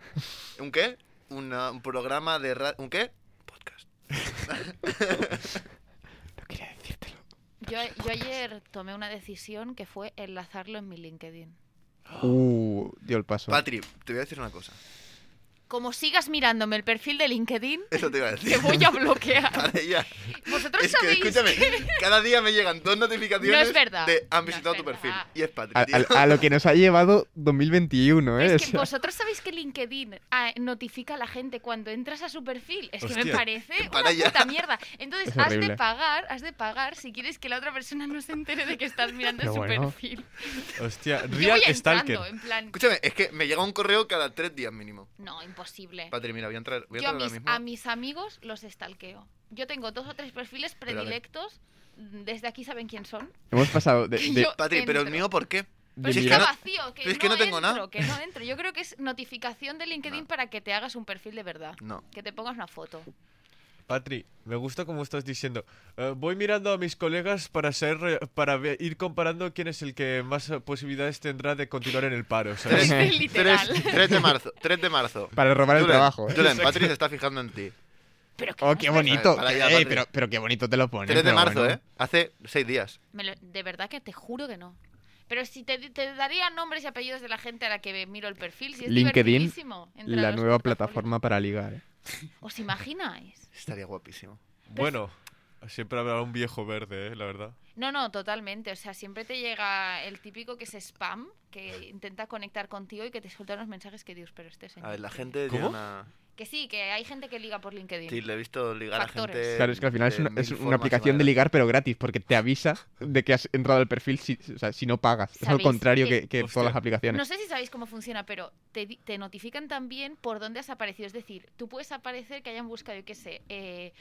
E: ¿Un qué? Una- un programa de... ra- ¿Un qué? Podcast.
D: No quería decírtelo.
C: Yo, yo ayer tomé una decisión que fue enlazarlo en mi LinkedIn.
D: Uh, dio el paso.
E: Patri, te voy a decir una cosa.
C: Como sigas mirándome el perfil de LinkedIn,
E: Eso te iba a decir.
C: te voy a bloquear.
E: *laughs* Vale, ya.
C: Vosotros
E: Es que,
C: sabéis
E: escúchame, cada día me llegan dos notificaciones
C: No es verdad.
E: de han
C: No es
E: visitado tu
C: verdad.
E: perfil. Y es Patri,
D: A,
E: tío.
D: a- a lo que nos ha
E: *laughs*
D: llevado 2021, ¿eh?
C: Es que
D: O sea,
C: vosotros sabéis que LinkedIn ah, notifica a la gente cuando entras a su perfil. Es que me
B: Hostia,
C: parece
E: para
C: una
E: ya.
C: puta mierda. Entonces,
D: Es
C: has de
D: horrible.
C: pagar, has de pagar si quieres que la otra persona no se entere de que estás mirando
D: Pero
C: su
D: bueno.
C: perfil.
E: *laughs*
D: este.
B: Hostia,
C: Yo
B: Real
C: voy
B: Stalker.
C: entrando, en plan...
E: *laughs* Escúchame, es que me llega un correo cada tres días mínimo.
C: No, imposible.
E: Patri, mira, voy a entrar, voy a
C: Yo a
E: entrar ahora
C: mis,
E: mismo.
C: a mis amigos los estalqueo. Yo tengo dos o tres perfiles
E: a ver.
C: predilectos. Desde aquí saben quién son.
D: hemos pasado
C: *laughs*
D: de,
C: que
D: de-
C: yo
E: Patri, pero el
C: entro.
E: mío, ¿por qué?
C: Pero
D: de
E: si
C: es que
E: mirar-
C: está
D: mirar-
C: vacío, que
E: pero es
C: no,
E: que no tengo
C: entro,
E: nada.
C: que no entro. Yo creo que es notificación de LinkedIn
E: No.
C: para que te hagas un perfil de verdad.
E: No.
C: Que te pongas una
E: *laughs*
C: foto.
B: Patri, me gusta como estás diciendo. Eh, voy mirando a mis colegas para ser, re- para ve- ir comparando quién es el que más eh, posibilidades tendrá de continuar en el paro, ¿sabes?
E: Tres-
C: Literal.
E: 3, 3 de marzo, 3 de marzo.
D: para robar el
E: Julen,
D: trabajo. ¿eh?
E: Julen, Patri se está fijando en ti.
C: Pero que
D: Oh,
C: no
D: qué
C: es
D: bonito.
E: Para allá,
D: Eh,
E: Patri.
D: pero, pero qué bonito te lo pones.
E: 3 de
D: pero
E: marzo,
D: bueno.
E: ¿eh? Hace 6 días.
C: Me lo- de verdad que te juro que no. Pero si te, te daría nombres y apellidos de la gente a la que miro el perfil, si es
D: LinkedIn,
C: divertidísimo entrar a
D: La
C: los
D: nueva
C: portafolios.
D: plataforma para ligar. ¿eh?
C: ¿Os imagináis?
E: Estaría guapísimo.
B: Bueno, siempre habrá un viejo verde, eh, la verdad.
C: No, no, totalmente. O sea, siempre te llega el típico que es spam, que intenta conectar contigo y que te suelta unos mensajes que Dios, pero este señor.
E: A ver, la
C: ¿qué?".
E: gente tiene
B: ¿Cómo?
E: una...
C: Que sí, que hay gente que liga por LinkedIn.
E: Sí, le he visto ligar
C: Factores.
E: a gente...
D: Claro, es que al final es
E: de
D: una,
E: mil
D: es una
E: formas y
D: aplicación de
E: maneras.
D: ligar, pero gratis, porque te avisa de que has entrado al perfil si, o sea, si no pagas. Es al
C: ¿Sabéis
D: contrario
C: qué?
D: que, que
B: Hostia.
D: todas las aplicaciones.
C: No sé si sabéis cómo funciona, pero te, di- te notifican también por dónde has aparecido. Es decir, tú puedes aparecer que hayan buscado, yo qué sé, eh,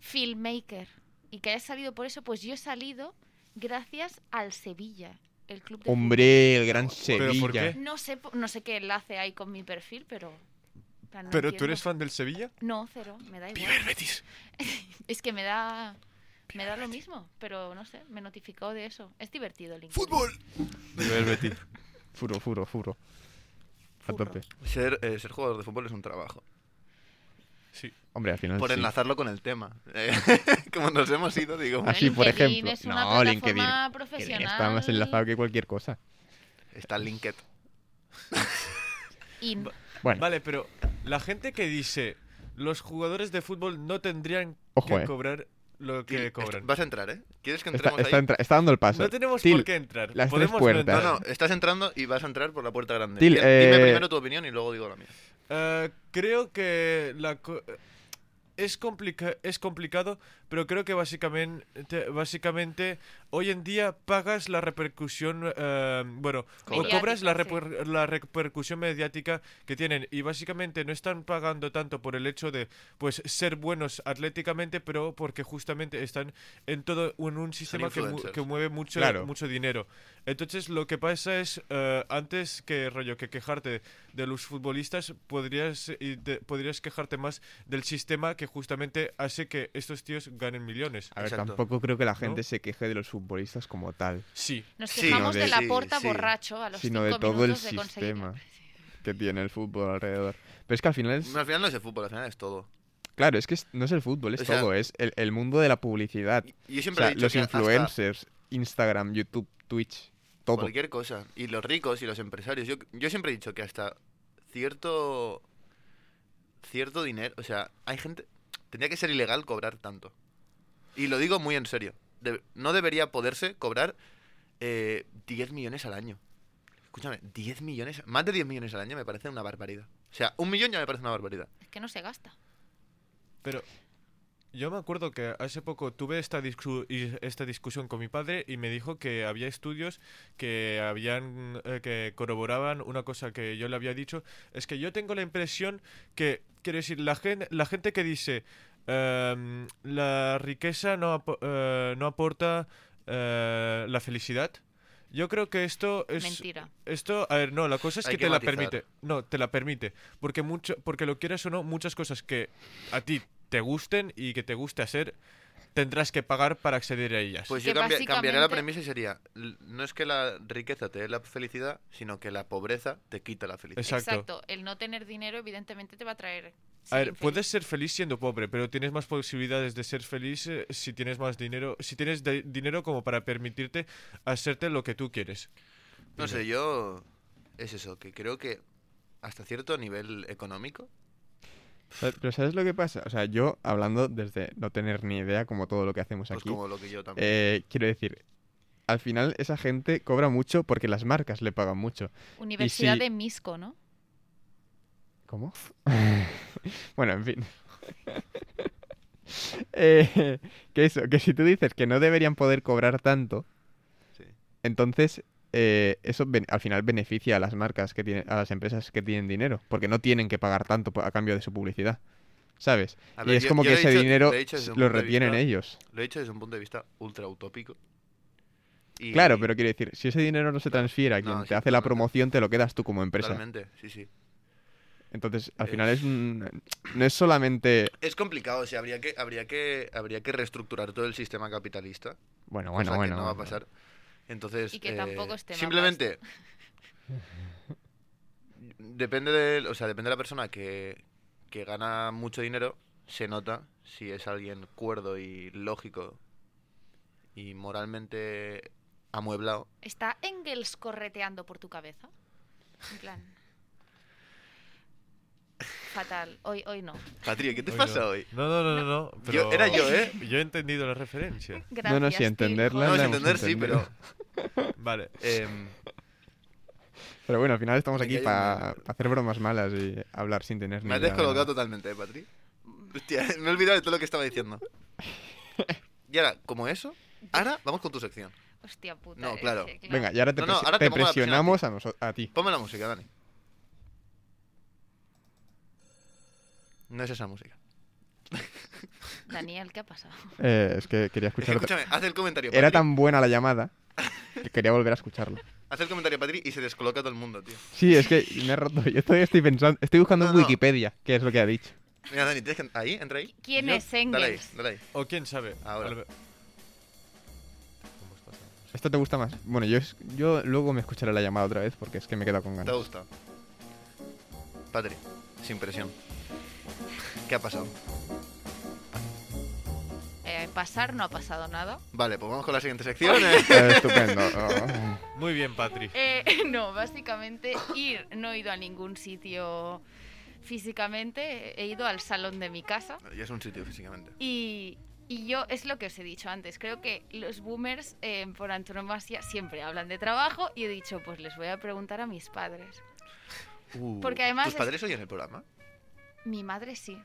C: filmmaker y que hayas salido por eso. Pues yo he salido gracias al Sevilla, el club de
D: Hombre, el gran
B: ¿Pero
D: Sevilla.
B: por qué?
C: fútbol. No sé, po- no sé qué enlace hay con mi perfil, pero. en
D: Ah,
C: plan, no
B: ¿Pero tú
C: entiendo.
B: eres fan del Sevilla?
C: No, cero, me da igual.
E: ¡Viva el Betis!
C: Es que me da. Me da lo mismo, pero no sé, me notificó de eso. Es divertido, LinkedIn.
E: ¡Fútbol!
D: Furo, furo, furo. A
C: Furro.
D: tope.
E: Ser, eh, ser jugador de fútbol es un trabajo.
D: *laughs*
B: Sí.
D: Hombre, al final
E: Por
D: Ah, sí.
E: enlazarlo con el tema. Eh, *laughs* como nos hemos ido, digo...
D: Así, por
C: LinkedIn
D: ejemplo.
C: es una
D: No,
C: plataforma
D: LinkedIn.
C: profesional.
D: Está más enlazado que cualquier cosa.
E: Está el LinkedIn.
C: In.
D: Bueno,
B: Vale, pero la gente que dice los jugadores de fútbol no tendrían
D: Ojo,
B: que
D: eh.
B: cobrar lo que cobran.
E: Vas a entrar, ¿eh? ¿Quieres que
D: está,
E: entremos
D: está
E: ahí?
D: entra- está dando el paso.
B: No tenemos
D: Til,
B: por qué entrar.
D: las tres
B: Podemos no
D: puertas.
E: No,
B: entrar.
E: no, estás entrando y vas a entrar por la puerta grande.
D: Til,
E: Di-
D: eh,
E: Dime primero tu opinión y luego digo la mía.
B: Eh, creo que la co- es, complica- es complicado, pero creo que básicamente, básicamente hoy en día pagas la repercusión, eh, bueno, o
C: Mediática,
B: cobras la,
C: sí.
B: reper- la repercusión mediática que tienen y básicamente no están pagando tanto por el hecho de pues ser buenos atléticamente, pero porque justamente están en todo en un sistema que, mu-
E: influencers.
B: que mueve mucho,
D: Claro.
B: mucho dinero. Entonces, lo que pasa es, eh, antes que rollo, que quejarte de los futbolistas, podrías, eh, y te- podrías quejarte más del sistema que justamente hace que estos tíos ganen millones.
D: A ver,
E: Exacto.
D: tampoco creo que la gente
B: ¿No?
D: se queje de los futbolistas como tal.
B: Sí.
C: Nos
E: Sí,
C: quejamos
D: no,
C: de,
D: de-
C: la
E: sí,
C: porta
E: sí.
C: borracho a los
D: Sino de
C: cinco
D: todo el
C: minutos de conseguir.
D: sistema que tiene el fútbol alrededor. Pero es que al final es...
E: No, al final no es el fútbol, al final es todo.
D: Claro, es que es- no es el fútbol, es
E: O sea-
D: todo. Es el, el mundo de la publicidad.
E: Y- Yo
D: O
E: siempre
D: sea,
E: he dicho
D: los
E: que hasta
D: influencers, Instagram, YouTube, Twitch, todo.
E: cualquier cosa. Y los ricos y los empresarios. Yo, yo siempre he dicho que hasta cierto. cierto dinero. O sea, hay gente. Tendría que ser ilegal cobrar tanto. Y lo digo muy en serio. De- no debería poderse cobrar eh, 10 millones al año. Escúchame, 10 millones. Más de 10 millones al año me parece una barbaridad. O sea, un millón ya me parece una barbaridad.
C: Es que no se gasta.
B: Pero yo me acuerdo que hace poco tuve esta, discu- y- esta discusión con mi padre y me dijo que había estudios que habían eh, que corroboraban una cosa que yo le había dicho. Es que yo tengo la impresión que, quiero decir, la, gen- la gente que dice ehm, la riqueza no, apo- eh, no aporta eh, la felicidad. Yo creo que esto es
C: Mentira.
B: esto, a ver, no, la cosa es
E: Hay
B: que,
E: que
B: te
E: matizar.
B: la permite. No, te la permite. Porque mucho, porque lo quieras o no, muchas cosas que a ti te gusten y que te guste hacer, tendrás que pagar para acceder a ellas.
E: Pues
C: Que
E: yo cambia- cambiaría la
C: básicamente-
E: premisa y sería: l- no es que la riqueza te dé la felicidad, sino que la pobreza te quita la felicidad.
B: Exacto.
C: El no tener dinero, evidentemente, te va a traer.
B: a
C: ser
B: ver,
C: infeliz.
B: puedes ser feliz siendo pobre, pero tienes más posibilidades de ser feliz eh, si tienes más dinero, si tienes de- dinero como para permitirte hacerte lo que tú quieres.
E: No sé, yo. es eso, que creo que hasta cierto nivel económico,
D: Pues Pero- Pero ¿sabes lo que pasa? O sea, yo hablando desde no tener ni idea como todo lo que hacemos
E: pues
D: aquí,
E: como lo que yo también.
D: eh, quiero decir, al final esa gente cobra mucho porque las marcas le pagan mucho.
C: Universidad
D: si-
C: de Misco, ¿no?
D: ¿Cómo? *laughs* bueno, en fin. *laughs* Eh, que eso, que si tú dices que no deberían poder cobrar tanto,
E: Sí.
D: entonces eh, eso ben- al final beneficia a las marcas que tienen, a las empresas que tienen dinero, porque no tienen que pagar tanto pa- a cambio de su publicidad, ¿sabes?
E: A
D: y
E: ver,
D: es
E: yo-
D: como
E: yo
D: que
E: he
D: ese
E: dicho-
D: dinero
E: lo he dicho
D: s-
E: desde un
D: lo
E: punto de
D: retienen
E: vista-
D: ellos.
E: Lo he dicho desde un punto de vista ultra utópico. Y-
D: Claro, pero quiero decir, si ese dinero no se transfiere a
E: No,
D: quien
E: sí,
D: te hace la
E: totalmente.
D: promoción, te lo quedas tú como empresa.
E: Totalmente, sí, sí.
D: Entonces, al
E: Eh,
D: final es un- no es solamente...
E: Es complicado, o sea, habría que, habría que, habría que reestructurar todo el sistema capitalista.
D: Bueno, bueno,
E: cosa que
D: bueno.
E: no va a
D: bueno.
E: pasar. Entonces. eh,
C: Y que tampoco es tema
E: Simplemente. *laughs* depende de, o sea, depende de la persona que, que gana mucho dinero, se nota si es alguien cuerdo y lógico y moralmente amueblado.
C: ¿Está Engels correteando por tu cabeza? En plan. Fatal. Hoy, hoy no.
E: Patria, ¿qué te
B: Hoy
E: pasa
B: no.
E: hoy?
B: No, no, no, no. no,
E: Yo-
B: pero
E: era yo, ¿eh?
B: Yo he entendido la referencia.
C: Gracias.
D: no, sí,
C: Phil
D: entenderla
E: No,
C: Collins.
E: sin
D: hemos
E: entender, sí, pero.
D: entendido.
B: Vale.
E: em,
D: Pero bueno, al final estamos
E: Me
D: aquí
E: callo,
D: para
E: me-
D: hacer bromas malas y hablar sin tener ni
E: me has
D: idea de
E: descolocado
D: nada.
E: totalmente, ¿eh, Patri? Hostia, me he olvidado de todo lo que
D: *laughs*
E: estaba diciendo. Y ahora, como eso, ahora vamos con tu sección.
C: Hostia puta.
E: No,
C: eh,
E: claro.
C: sí,
D: Venga, y ahora te,
E: No, no,
D: presi-
E: ahora
D: te
E: te pongo la presión a ti.
D: presionamos a, noso- a ti.
E: Ponme la música, Dani. No es esa música.
C: Daniel, ¿qué ha pasado?
D: Eh, es que quería escuchar otra-
E: Escúchame, haz el comentario.
D: Era
E: Patri.
D: tan buena la llamada que quería volver a escucharla.
E: Haz el comentario, Patri, y se descoloca todo el mundo, tío.
D: Sí, es que me he roto. Yo todavía estoy pensando, estoy buscando
E: No,
D: en
E: no.
D: Wikipedia qué es lo que ha dicho.
E: Mira, Dani, tienes que... Ahí, entra ahí.
C: ¿Quién
E: Yo-
C: es
E: Dale ahí,
C: Engels?
E: dale ahí.
B: O quién sabe.
E: Ahora.
B: Al- Hemos pasado.
D: ¿Esto te gusta más? Bueno, yo, es- yo luego me escucharé la llamada otra vez porque es que me he quedado con
E: Te ha
D: ganas.
E: gustado. Patri, sin presión. ¿Qué ha pasado?
C: Eh, pasar no ha pasado nada.
E: Vale, pues vamos con la siguiente sección.
D: Eh, estupendo. Oh.
B: Muy bien, Patri.
C: Eh, *laughs* no, básicamente ir. No he ido a ningún sitio físicamente. He ido al salón de mi casa.
E: *laughs* Y es un sitio físicamente.
C: Y, y yo, es lo que os he dicho antes, creo que los boomers eh, por antonomasia siempre hablan de trabajo y he dicho, pues les voy a preguntar a mis padres.
E: Uh,
C: Porque además
E: ¿Tus
C: es-
E: padres oyen el programa?
C: Mi madre sí,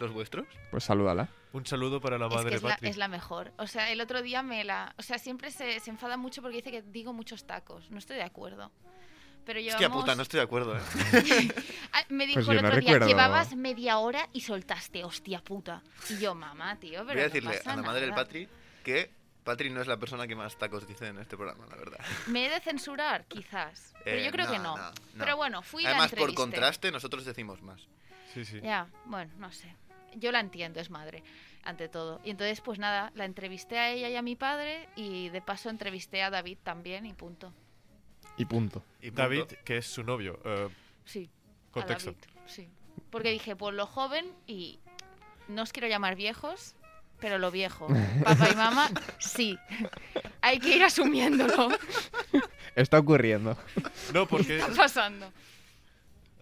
E: ¿Los vuestros?
D: Pues salúdala.
B: Un saludo para la
C: es
B: madre
C: que
B: de
C: es la,
B: Patri.
C: es la mejor. O sea, el otro día me la... O sea, siempre se, se enfada mucho porque dice que digo muchos tacos, no estoy de acuerdo. Pero llevamos...
E: Hostia puta, no estoy
C: *laughs*
E: de acuerdo, eh.
C: Ah, me dijo
D: Pues yo
C: el
D: no
C: otro día,
D: recuerdo.
C: llevabas media hora y soltaste, hostia puta. Y yo, mamá, tío, pero
E: Voy a
C: no
E: decirle
C: pasa
E: a la madre del
C: nada".
E: Patri que Patri no es la persona que más tacos dice en este programa, la verdad.
C: ¿Me he de censurar? Quizás. Pero
E: Eh,
C: yo creo que no.
E: no, no, no.
C: Pero bueno, fui a la
E: Además, por
C: entrevista.
E: contraste, nosotros decimos más.
B: Sí, sí.
C: Ya, bueno, no sé. Yo la entiendo, es madre, ante todo. Y entonces, pues nada, la entrevisté a ella y a mi padre y de paso entrevisté a David también y punto.
D: Y punto.
E: Y punto.
B: David, que es su novio. eh,
C: Sí. a
B: contexto.
C: David, sí. Porque dije, pues lo joven y no os quiero llamar viejos, pero lo
D: *laughs*
C: viejo. Papá y mamá, sí. Hay que ir
E: *laughs*
C: asumiéndolo.
D: Está ocurriendo.
B: No, porque.
C: Está pasando.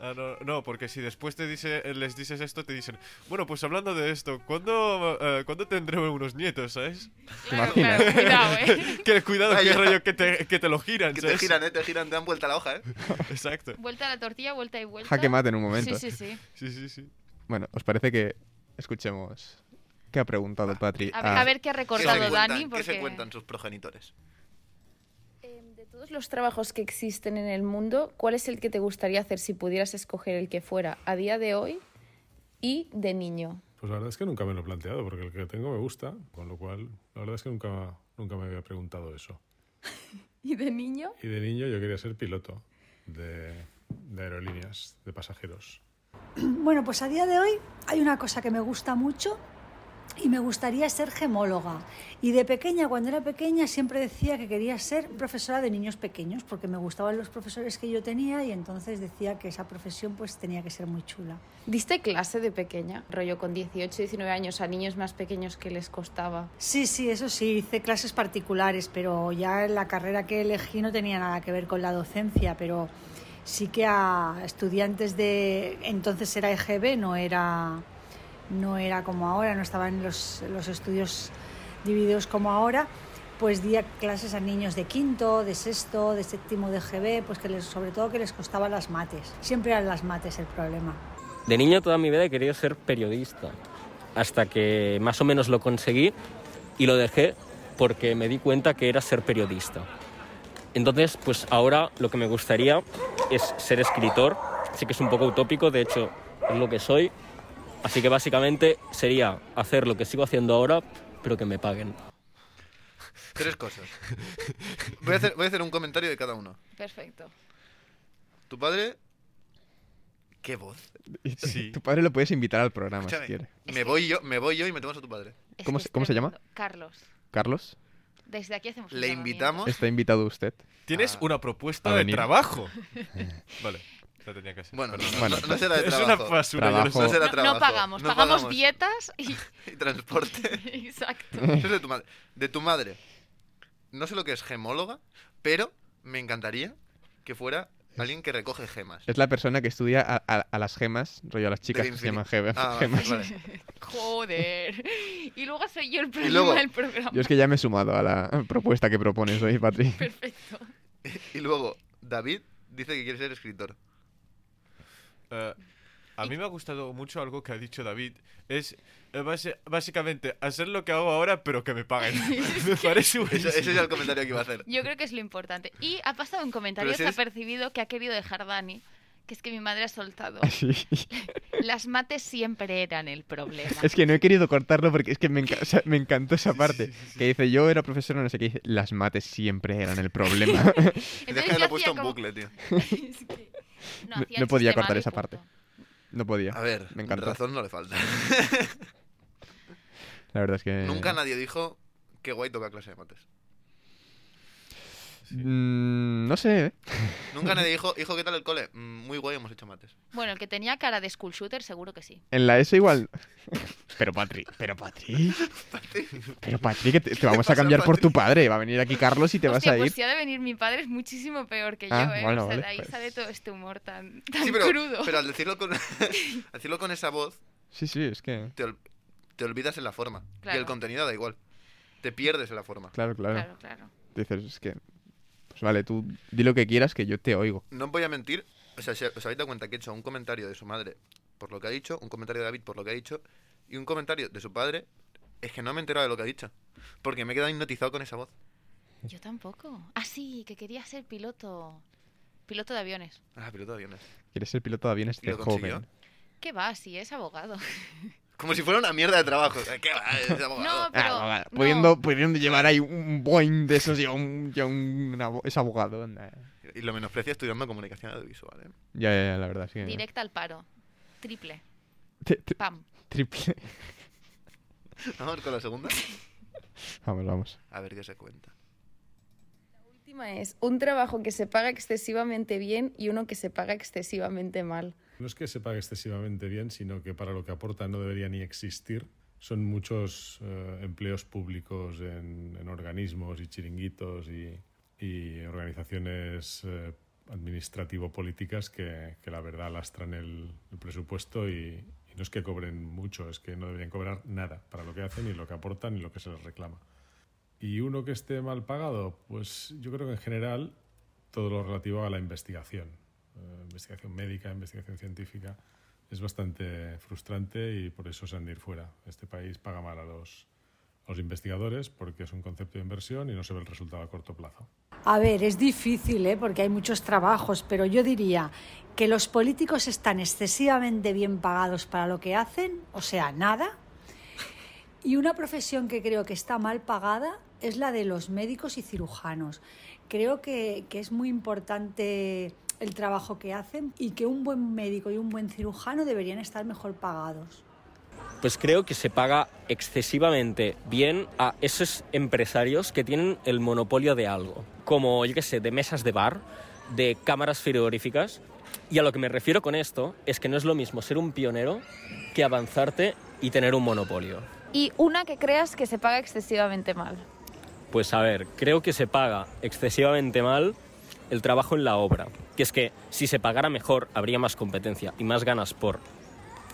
B: ah, no, no, porque si después te dice, les dices esto, te dicen, bueno, pues hablando de esto, ¿cuándo, eh, ¿cuándo tendremos unos nietos, sabes?
C: Claro,
D: imaginas?
C: claro, cuidado,
D: *laughs*
C: ¿eh?
B: *laughs* Que cuidado, que
E: Vaya.
B: rollo que te, que te lo giran,
E: Que te
B: ¿sabes?
E: giran, eh, te giran, te dan vuelta la hoja, eh.
B: Exacto.
C: Vuelta a la tortilla, vuelta y vuelta.
D: Jaque mate en un momento.
C: Sí, sí, sí.
B: Sí, sí, sí.
D: Bueno, ¿os parece que escuchemos qué ha preguntado Patri?
C: Ah, A ver, a ver qué ha recortado
E: ¿Qué se cuentan-
C: Dani.
E: ¿Qué
C: Porque...
E: se cuentan sus progenitores?
F: Em, De todos los trabajos que existen en el mundo, ¿cuál es el que te gustaría hacer si pudieras escoger el que fuera a día de hoy y de niño?
G: Pues la verdad es que nunca me lo he planteado, porque el que tengo me gusta, con lo cual la verdad es que nunca, nunca me había preguntado eso.
F: ¿Y de niño?
G: Y de niño yo quería ser piloto de, de aerolíneas, de pasajeros.
H: *clears throat* Bueno, pues a día de hoy hay una cosa que me gusta mucho y me gustaría ser gemóloga. Y de pequeña, cuando era pequeña, siempre decía que quería ser profesora de niños pequeños porque me gustaban los profesores que yo tenía y entonces decía que esa profesión pues tenía que ser muy chula.
F: ¿Diste clase de pequeña? Rollo con 18, 19 años a niños más pequeños que les costaba.
H: Sí, sí, eso sí, hice clases particulares, pero ya la carrera que elegí no tenía nada que ver con la docencia, pero sí que a estudiantes de entonces era EGB, no era no era como ahora, no estaban los, los estudios divididos como ahora, pues di a- clases a niños de quinto, de sexto, de séptimo de EGB, pues que les, sobre todo que les costaba las mates. Siempre eran las mates el problema.
I: De niño toda mi vida he querido ser periodista, hasta que más o menos lo conseguí y lo dejé porque me di cuenta que era ser periodista. Entonces, pues ahora lo que me gustaría es ser escritor, sí que es un poco utópico, de hecho es lo que soy, así que básicamente sería hacer lo que sigo haciendo ahora, pero que me paguen.
E: Tres cosas. Voy a, hacer, voy a hacer un comentario de cada uno.
C: Perfecto.
E: Tu padre. ¿Qué voz?
D: *laughs*
B: Sí.
D: Tu padre lo puedes invitar al programa si
E: Escúchame,
D: quiere.
E: Me voy yo, me voy yo y metemos a tu padre.
C: Es
D: ¿Cómo
C: que
D: se-
C: es
D: cómo se llama?
C: tremendo. Carlos.
D: Carlos,
C: Desde aquí hacemos un
E: Le
C: llamamiento.
E: invitamos.
D: está invitado usted.
B: Tienes
E: Ah.
B: una propuesta
D: A
B: de
D: venir.
B: trabajo. *laughs* vale, la tenía que hacer.
E: Bueno,
B: perdona.
E: no,
D: Bueno,
E: no- no será de
B: es una
E: trabajo.
B: basura. yo lo
D: Trabajo.
B: sé.
E: No será
C: No, no
E: trabajo.
C: pagamos,
E: No
C: pagamos dietas y... *laughs*
E: y
D: *laughs*
E: transporte.
C: Exacto.
E: Eso es de tu madre. De tu madre. No sé lo que es gemóloga, pero me encantaría que fuera alguien que recoge gemas.
D: Es la persona que estudia a, a- a las gemas, rollo a las chicas
E: Del
D: que se llaman
E: infinito.
D: gebe-
C: *laughs*
E: Ah,
D: gemas.
E: vale.
C: Joder. Y luego soy yo el problema
E: luego-
C: del programa.
D: Yo es que ya me he sumado a la propuesta que propones hoy, Patri.
C: Perfecto.
E: Y luego, David dice que quiere ser
C: *laughs*
E: escritor.
B: Eh, a mí me ha gustado mucho algo que ha dicho David. Es eh, base- básicamente hacer lo que hago ahora, pero que me
E: *laughs*
B: paguen. *laughs* me parece
E: Ese,
B: buenísimo.
E: ese es el comentario que iba a hacer.
C: Yo creo que es lo importante. Y ha pasado un comentario
E: Pero si
C: que ha
E: es-
C: percibido que ha querido dejar Dani, que es que mi madre ha soltado.
D: *laughs* Sí.
C: Las mates siempre eran el problema.
D: Es que no he querido cortarlo porque es que me, enca- o sea, me encantó esa parte. Que dice, yo era profesor, no sé qué. Dice, las mates siempre eran el
E: *laughs*
D: problema.
E: Deja
C: yo
E: que lo he
C: hacía
E: puesto en
C: como-
E: bucle, tío.
C: *laughs* Es que no,
D: No-
C: hacía el
D: no podía
C: chiste
D: cortar
C: malo y
D: esa
C: punto.
D: parte. no podía.
E: A ver,
D: Me encantó.
E: razón no le falta.
D: La verdad es
C: Eh.
D: que...
E: Nunca nadie dijo que guay toca clase de mates.
D: Mm, no sé, ¿eh?
E: Nunca nadie dijo, hijo, ¿qué tal el cole? "Mm, Muy guay, hemos hecho mates.
C: Bueno, el que tenía cara de school shooter, seguro que sí.
D: En la S igual. Pero Patri, pero Patri. Pero Patri, que te, te vamos a
E: pasa,
D: cambiar por
E: Patri?
D: tu padre. Va a venir aquí Carlos y te vas
C: Hostia,
D: a ir.
C: pues si ha de venir mi padre es muchísimo peor que yo,
D: Ah,
C: ¿eh?
D: bueno,
C: o sea,
D: vale,
C: de ahí
D: pues.
C: sale todo este humor tan, tan
E: Sí, pero,
C: crudo.
E: pero al decirlo
C: *laughs*
E: con, *laughs* al decirlo con esa voz,
D: Sí, sí, es que.
E: te, ol- te olvidas en la forma. Y el
C: Claro.
E: contenido da igual. Te pierdes en la forma.
D: Claro, claro.
C: Claro, claro.
D: Dices, es que. Pues vale, tú di lo que quieras que yo te oigo.
E: No voy a mentir. O sea, si os habéis dado cuenta que he hecho un comentario de su madre por lo que ha dicho, un comentario de David por lo que ha dicho, y un comentario de su padre, es que no me he enterado de lo que ha dicho. Porque me he quedado hipnotizado con esa voz.
C: Yo tampoco. Ah, sí, que quería ser piloto. Piloto de aviones.
E: Ah, pero todavía no es.
D: Quieres ser piloto de aviones
E: ¿Y lo
D: de
E: consiguió?
D: joven. ¿eh?
C: ¿Qué va? Si es
E: *laughs*
C: abogado.
E: Como si fuera una mierda de trabajo. O sea, ¿Qué va? Es abogado.
C: No, pero.
D: ah, abogado.
C: no.
D: Pudiendo, pudiendo llevar ahí un Boeing de esos y a un. y a un- una bo- es abogado. anda.
E: Y lo menosprecia estudiando comunicación audiovisual, ¿eh?
D: Ya, ya, ya, la verdad, sí. que-
C: Directa al paro. Triple.
D: *laughs* Te- te-
C: Pam.
D: triple. *laughs*
E: Vamos con la segunda.
D: Vamos, vamos.
E: A ver qué se cuenta.
F: última es un trabajo que se paga excesivamente bien y uno que se paga excesivamente mal.
G: No es que se pague excesivamente bien, sino que para lo que aporta no debería ni existir. Son muchos eh, empleos públicos en, en organismos y chiringuitos y, y organizaciones eh, administrativo-políticas que, que la verdad lastran el, el presupuesto y, y no es que cobren mucho, es que no deberían cobrar nada para lo que hacen, ni lo que aportan, ni lo que se les reclama. ¿Y uno que esté mal pagado? Pues yo creo que en general todo lo relativo a la investigación. Eh, investigación médica, investigación científica. Es bastante frustrante y por eso se han de ir fuera. Este país paga mal a los, a los investigadores porque es un concepto de inversión y no se ve el resultado a corto plazo.
H: A ver, es difícil, ¿eh? porque hay muchos trabajos, pero yo diría que los políticos están excesivamente bien pagados para lo que hacen, o sea, nada. Y una profesión que creo que está mal pagada es la de los médicos y cirujanos. Creo que, que es muy importante el trabajo que hacen y que un buen médico y un buen cirujano deberían estar mejor pagados.
I: Pues creo que se paga excesivamente bien a esos empresarios que tienen el monopolio de algo, como, yo qué sé, de mesas de bar, de cámaras frigoríficas. Y a lo que me refiero con esto es que no es lo mismo ser un pionero que avanzarte y tener un monopolio.
C: Y una que creas que se paga excesivamente mal.
I: Pues a ver, creo que se paga excesivamente mal el trabajo en la obra, que es que si se pagara mejor habría más competencia y más ganas por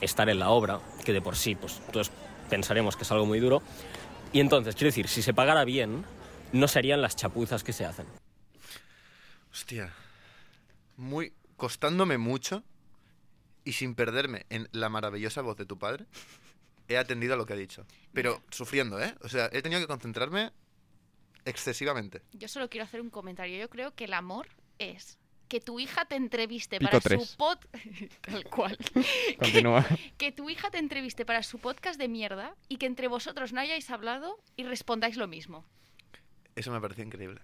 I: estar en la obra, que de por sí, pues todos pensaremos que es algo muy duro. Y entonces, quiero decir, si se pagara bien, no se harían las chapuzas que se hacen.
E: Hostia. Muy. Costándome mucho y sin perderme en la maravillosa voz de tu padre, he atendido a lo que ha dicho. Pero sufriendo, ¿eh? O sea, he tenido que concentrarme excesivamente.
C: Yo solo quiero hacer un comentario. Yo creo que el amor es que tu hija te entreviste
D: Pico
C: para
D: tres.
C: su podcast. *laughs* Tal cual. *laughs*
D: Continúa.
C: Que tu hija te entreviste para su podcast de mierda y que entre vosotros no hayáis hablado y respondáis lo mismo.
E: Eso me ha parecido increíble.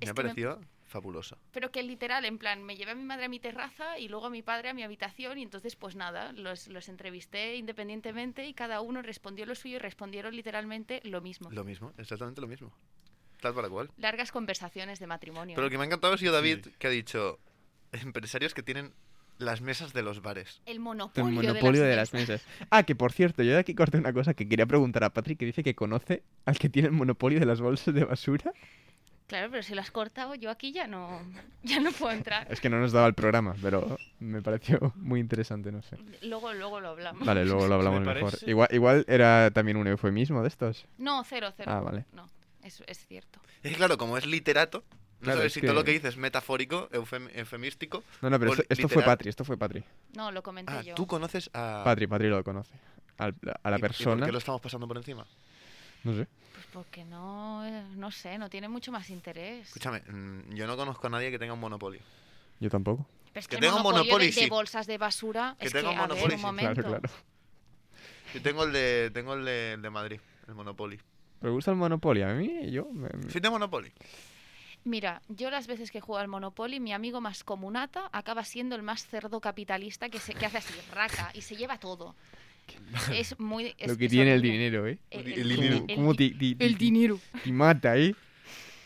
C: Es
E: Me ha
C: que me-
E: parecido fabuloso.
C: Pero que literal, en plan, me llevé a mi madre a mi terraza y luego a mi padre a mi habitación y entonces pues nada, los, los entrevisté independientemente y cada uno respondió lo suyo y respondieron literalmente lo mismo.
E: Lo mismo, exactamente lo mismo. Tal para cual.
C: Largas conversaciones de matrimonio.
E: Pero lo que me ha encantado ha sido David,
B: Sí.
E: que ha dicho: empresarios que tienen las mesas de los bares.
C: El monopolio,
D: El monopolio de las
C: mesas.
D: mesas. Ah, que por cierto, yo de aquí corté una cosa que quería preguntar a Patrick, que dice que conoce al que tiene el monopolio de las bolsas de basura.
C: Claro, pero si lo has cortado, yo aquí ya no, *laughs* ya no puedo entrar.
D: Es que no nos daba el programa, pero me pareció muy interesante, no sé.
C: Luego, luego lo hablamos.
D: Vale,
E: *laughs*
D: luego lo hablamos mejor.
B: parece.
D: Igual, igual era también un eufemismo de estos.
C: No, cero, cero.
D: Ah, vale.
C: No, es, es cierto.
E: Es que, claro, como es literato, no
D: Claro,
E: sabes
D: es
E: si
D: que-
E: todo lo que dices es metafórico, eufem- eufemístico.
D: No, no, pero
E: Por
D: esto, esto fue
E: literal.
D: Patri, esto fue Patri.
C: No, lo comenté
E: Ah,
C: yo.
E: tú conoces a.
D: Patri, Patri lo conoce. Al- a la
E: ¿Y- y por
D: persona.
E: qué lo estamos pasando por encima?
D: No sé.
C: Pues porque no, eh, no sé, no tiene mucho más interés.
E: Escúchame, mm, yo no conozco a nadie que tenga un monopolio.
D: Yo tampoco.
C: Pero es
E: que
C: que,
E: tenga
C: el
E: un
C: monopolio
E: Monopoly,
C: de, de
E: sí.
C: bolsas de basura
E: Que
C: es
E: tenga
C: que,
E: un
C: a ver,
E: Monopoly,
C: un
E: sí,
C: momento.
D: Claro, claro.
E: Yo tengo el de, tengo el de, el de Madrid, el Monopoly.
D: Me gusta el Monopoly. A mí, yo. me-
B: Mm.
D: me-
E: ¿Sí de Monopoly?
C: Mira, yo las veces que juego al Monopoly, mi amigo más comunata acaba siendo el más cerdo capitalista que, se, que hace así, raca, y se lleva todo. Es muy... es-
D: lo que
C: es
D: tiene el
C: horrible.
D: dinero, ¿eh?
C: El,
E: El
C: el-
E: dinero.
C: el-
D: ¿Cómo te, te-
C: el
D: *laughs* te-
C: dinero.
D: te mata, eh?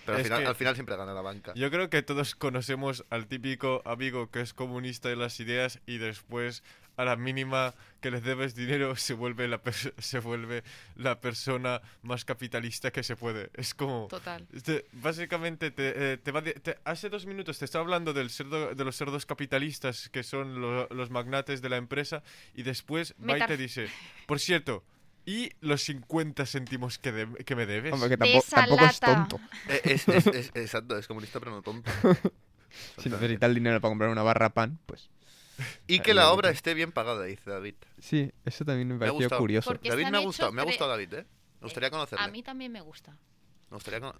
E: Pero al
B: Es
E: final,
B: que-
E: al final siempre gana la banca.
B: Yo creo que todos conocemos al típico amigo que es comunista de las ideas y después a la mínima que les debes dinero *laughs* se vuelve la pers- se vuelve la persona más capitalista que se puede. Es como
C: Total.
B: Este, básicamente, te, eh, te va de- te- hace dos minutos te estaba hablando del cerdo, de los cerdos capitalistas que son lo- los magnates de la empresa y después va y
C: Metaf-
B: te dice, por cierto, ¿y los 50 céntimos que, de- que me debes?
D: Hombre, que
C: De
D: tampoco,
C: esa
D: tampoco es
C: lata.
D: tonto.
E: Eh, Es, es- es- *laughs* exacto, es comunista pero
B: *laughs*
E: no tonto.
D: Si
E: Exactamente.
D: necesita el dinero para comprar una barra pan, pues.
E: Y que la obra esté bien pagada, dice David.
D: Sí, eso también me
E: Me ha
D: pareció
E: gustado.
D: curioso.
C: Porque
E: David
C: están
E: me ha gustado,
C: hechos
E: me ha
C: cre-
E: gustado David, ¿eh? Me gustaría conocerle.
C: A mí también me gusta.
E: Me gustaría cono-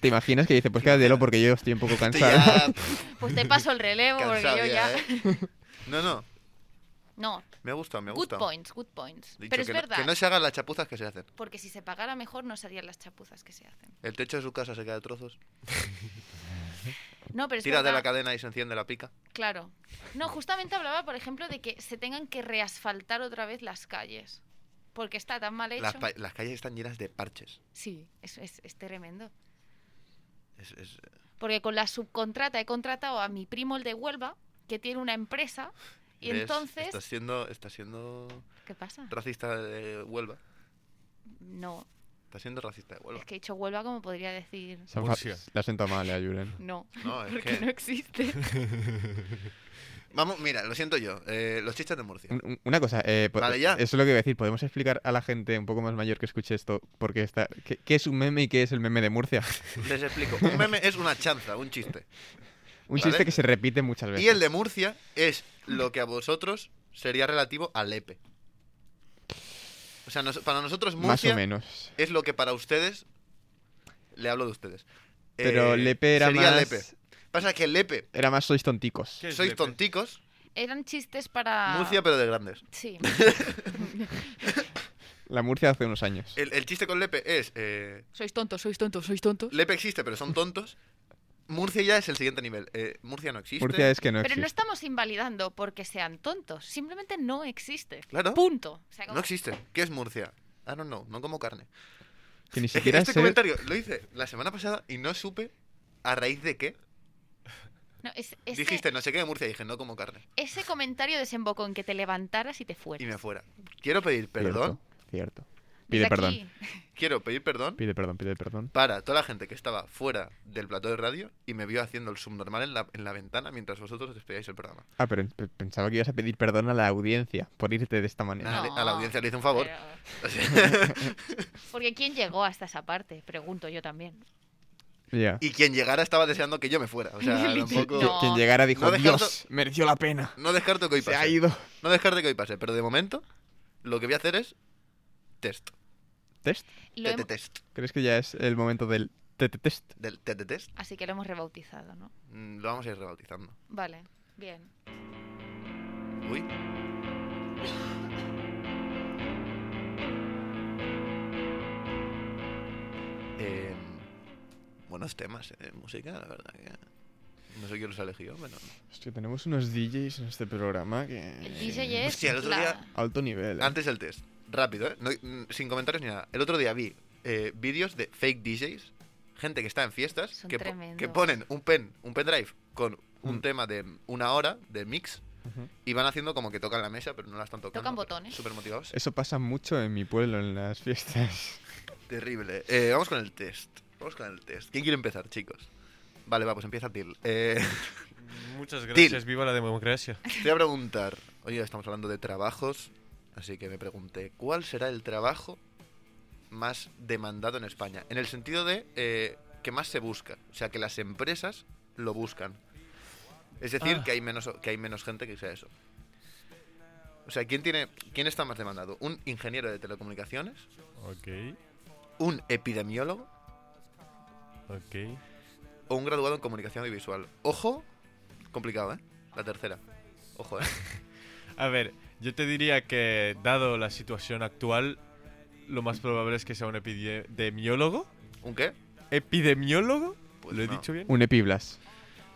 D: ¿Te imaginas que dice,
E: *laughs*
D: pues quédatelo porque yo estoy un poco
E: Estoy
D: cansada?
C: *laughs*
E: ya, *laughs* pff,
C: Pues te paso el relevo porque
E: cansado
C: yo
E: ya,
C: ya...
B: *laughs*
E: ¿eh? No, no,
C: *laughs* No,
E: me ha gustado, me ha
C: good
E: gustado.
C: points, good points.
E: Dicho,
C: Pero es
E: que, no-
C: verdad,
E: que no se hagan las chapuzas que se hacen.
C: porque si se pagara mejor no serían las chapuzas que se hacen.
E: El techo de su casa se queda de trozos.
C: No, pero es
E: Tira de
C: verdad,
E: la cadena y se enciende la pica.
C: claro. No, justamente hablaba, por ejemplo, de que se tengan que reasfaltar otra vez las calles. Porque está tan mal hecho.
E: Las, pa- las calles están llenas de parches.
C: Sí, es, es, es tremendo.
E: Es- es-
C: Porque con la subcontrata he contratado a mi primo el de Huelva, que tiene una empresa, y
E: ¿ves?
C: entonces...
E: Estás siendo, estás siendo
C: ¿Qué pasa?
E: racista de Huelva.
C: No,
E: Estás siendo racista de Huelva.
C: es que he dicho Huelva como podría decir...
D: Se han fa-
B: Murcia.
D: Le ha sentado mal, eh, a Julen.
C: No,
E: No,
C: *laughs*
E: es
C: porque no
E: que... *laughs*
C: existe.
E: Vamos, mira, lo siento yo. eh, los chistes
D: *laughs*
E: de Murcia.
D: Un- un- Una cosa, eh, po-
E: Vale, ya.
D: eso es lo que iba a decir. ¿Podemos explicar a la gente un poco más mayor que escuche esto porque está, qué, qué es un meme y qué es el meme de Murcia? *laughs*
E: Les explico. Un meme es una chanza, un chiste.
D: Un
E: Vale.
D: chiste que se repite muchas veces.
E: Y el de Murcia es lo que a vosotros sería relativo al Lepe. O sea, nos- para nosotros
D: Más o
E: Murcia
D: menos.
E: es lo que para ustedes... Le hablo de ustedes.
D: Pero
E: Eh,
D: Lepe era
E: sería
D: más...
E: Lepe. Pasa que Lepe...
D: Era más sois tonticos.
B: ¿Qué es
E: Sois
B: Lepe?
E: tonticos,
C: Eran chistes para...
E: Murcia pero de grandes. *laughs*
C: Sí.
D: La Murcia hace unos años.
E: El, el chiste con Lepe es... eh,
C: Sois tontos, sois tontos, sois tontos.
E: Lepe existe, pero son tontos. Murcia ya es el siguiente nivel. Eh, Murcia no existe.
D: Murcia es que no
C: Pero
D: existe.
C: no estamos invalidando porque sean tontos. Simplemente no existe.
E: Claro.
C: Punto. O sea, como-
E: No existe. ¿Qué es Murcia? I don't know. No como carne.
D: Que ni
E: Es que
D: siquiera
E: este
D: sé-
E: comentario lo hice la semana pasada y no supe a raíz de qué.
C: No, es- ese,
E: Dijiste no sé qué de Murcia y dije no como carne.
C: ese comentario desembocó en que te levantaras y te
E: Y
C: fueras.
E: me fuera. Quiero pedir perdón
D: Cierto, cierto. Pide
C: Desde
D: perdón.
C: aquí.
E: Quiero pedir perdón
D: Pide perdón, pide perdón.
E: para toda la gente que estaba fuera del plató de radio y me vio haciendo el subnormal en la, en la ventana mientras vosotros despedíais el programa.
D: Ah, pero pe- pensaba que ibas a pedir perdón a la audiencia por irte de esta manera.
E: Nada,
C: No,
E: le- a la audiencia le hice un favor.
C: pero-
E: *laughs* O sea,
C: Porque ¿quién llegó hasta esa parte? Pregunto yo también.
D: Ya.
E: y quien llegara estaba deseando que yo me fuera. O sea, tampoco...
D: Qui- Quien llegara dijo,
E: No dejarlo-
D: Dios, mereció la pena.
E: No descarto que hoy
D: Se ha
E: pase.
D: ido.
E: No descarto que hoy pase, pero de momento lo que voy a hacer es test.
D: ¿Test?
C: Lo hem-
E: Tete test.
D: ¿Crees que ya es el momento del tete test?
E: Del tete test.
C: Así que lo hemos rebautizado, ¿no?
E: Mm, Lo vamos a ir rebautizando.
C: Vale, bien.
E: Uy. *laughs* Eh, buenos temas eh, de música, la verdad que... No sé quién los ha elegido, pero...
D: Hostia, tenemos unos DJs en este programa que...
C: El DJ es
E: Eh, Hostia, el otro
C: la-
E: día-
D: Alto nivel. ¿eh?
E: Antes el test. Rápido, ¿eh? No- mm, sin comentarios ni nada. El otro día vi eh, vídeos de fake DJs, gente que está en fiestas,
C: Son
E: que, po-
C: tremendos.
E: que ponen un pen, un pendrive con un
D: Mm.
E: tema de una hora de mix
D: Ujú.
E: y van haciendo como que tocan la mesa, pero no la están tocando.
C: Tocan botones.
E: Súper motivados.
D: Eso pasa mucho en mi pueblo, en las fiestas.
E: Terrible. Eh, vamos con el test. Vamos con el test. ¿Quién quiere empezar, chicos? Vale, va, pues empieza Til. Eh,
B: Muchas
E: Til.
B: gracias, viva la democracia.
E: te voy a preguntar. Oye, estamos hablando de trabajos, así que me pregunté, ¿cuál será el trabajo más demandado en España? En el sentido de eh, que más se busca. O sea, que las empresas lo buscan. Es decir,
B: Ah.
E: que, hay menos, que hay menos gente que sea eso. O sea, ¿quién, tiene, ¿quién está más demandado? ¿Un ingeniero de telecomunicaciones?
B: Ok,
E: ¿Un epidemiólogo?
B: ok.
E: o un graduado en comunicación audiovisual. Ojo, complicado, ¿eh? La tercera. Ojo, ¿eh?
B: A ver, yo te diría que dado la situación actual, lo más probable es que sea un epidemiólogo.
E: ¿Un qué?
B: ¿Epidemiólogo?
E: Pues
B: ¿Lo he
E: no.
B: dicho bien?
D: Un epiblas.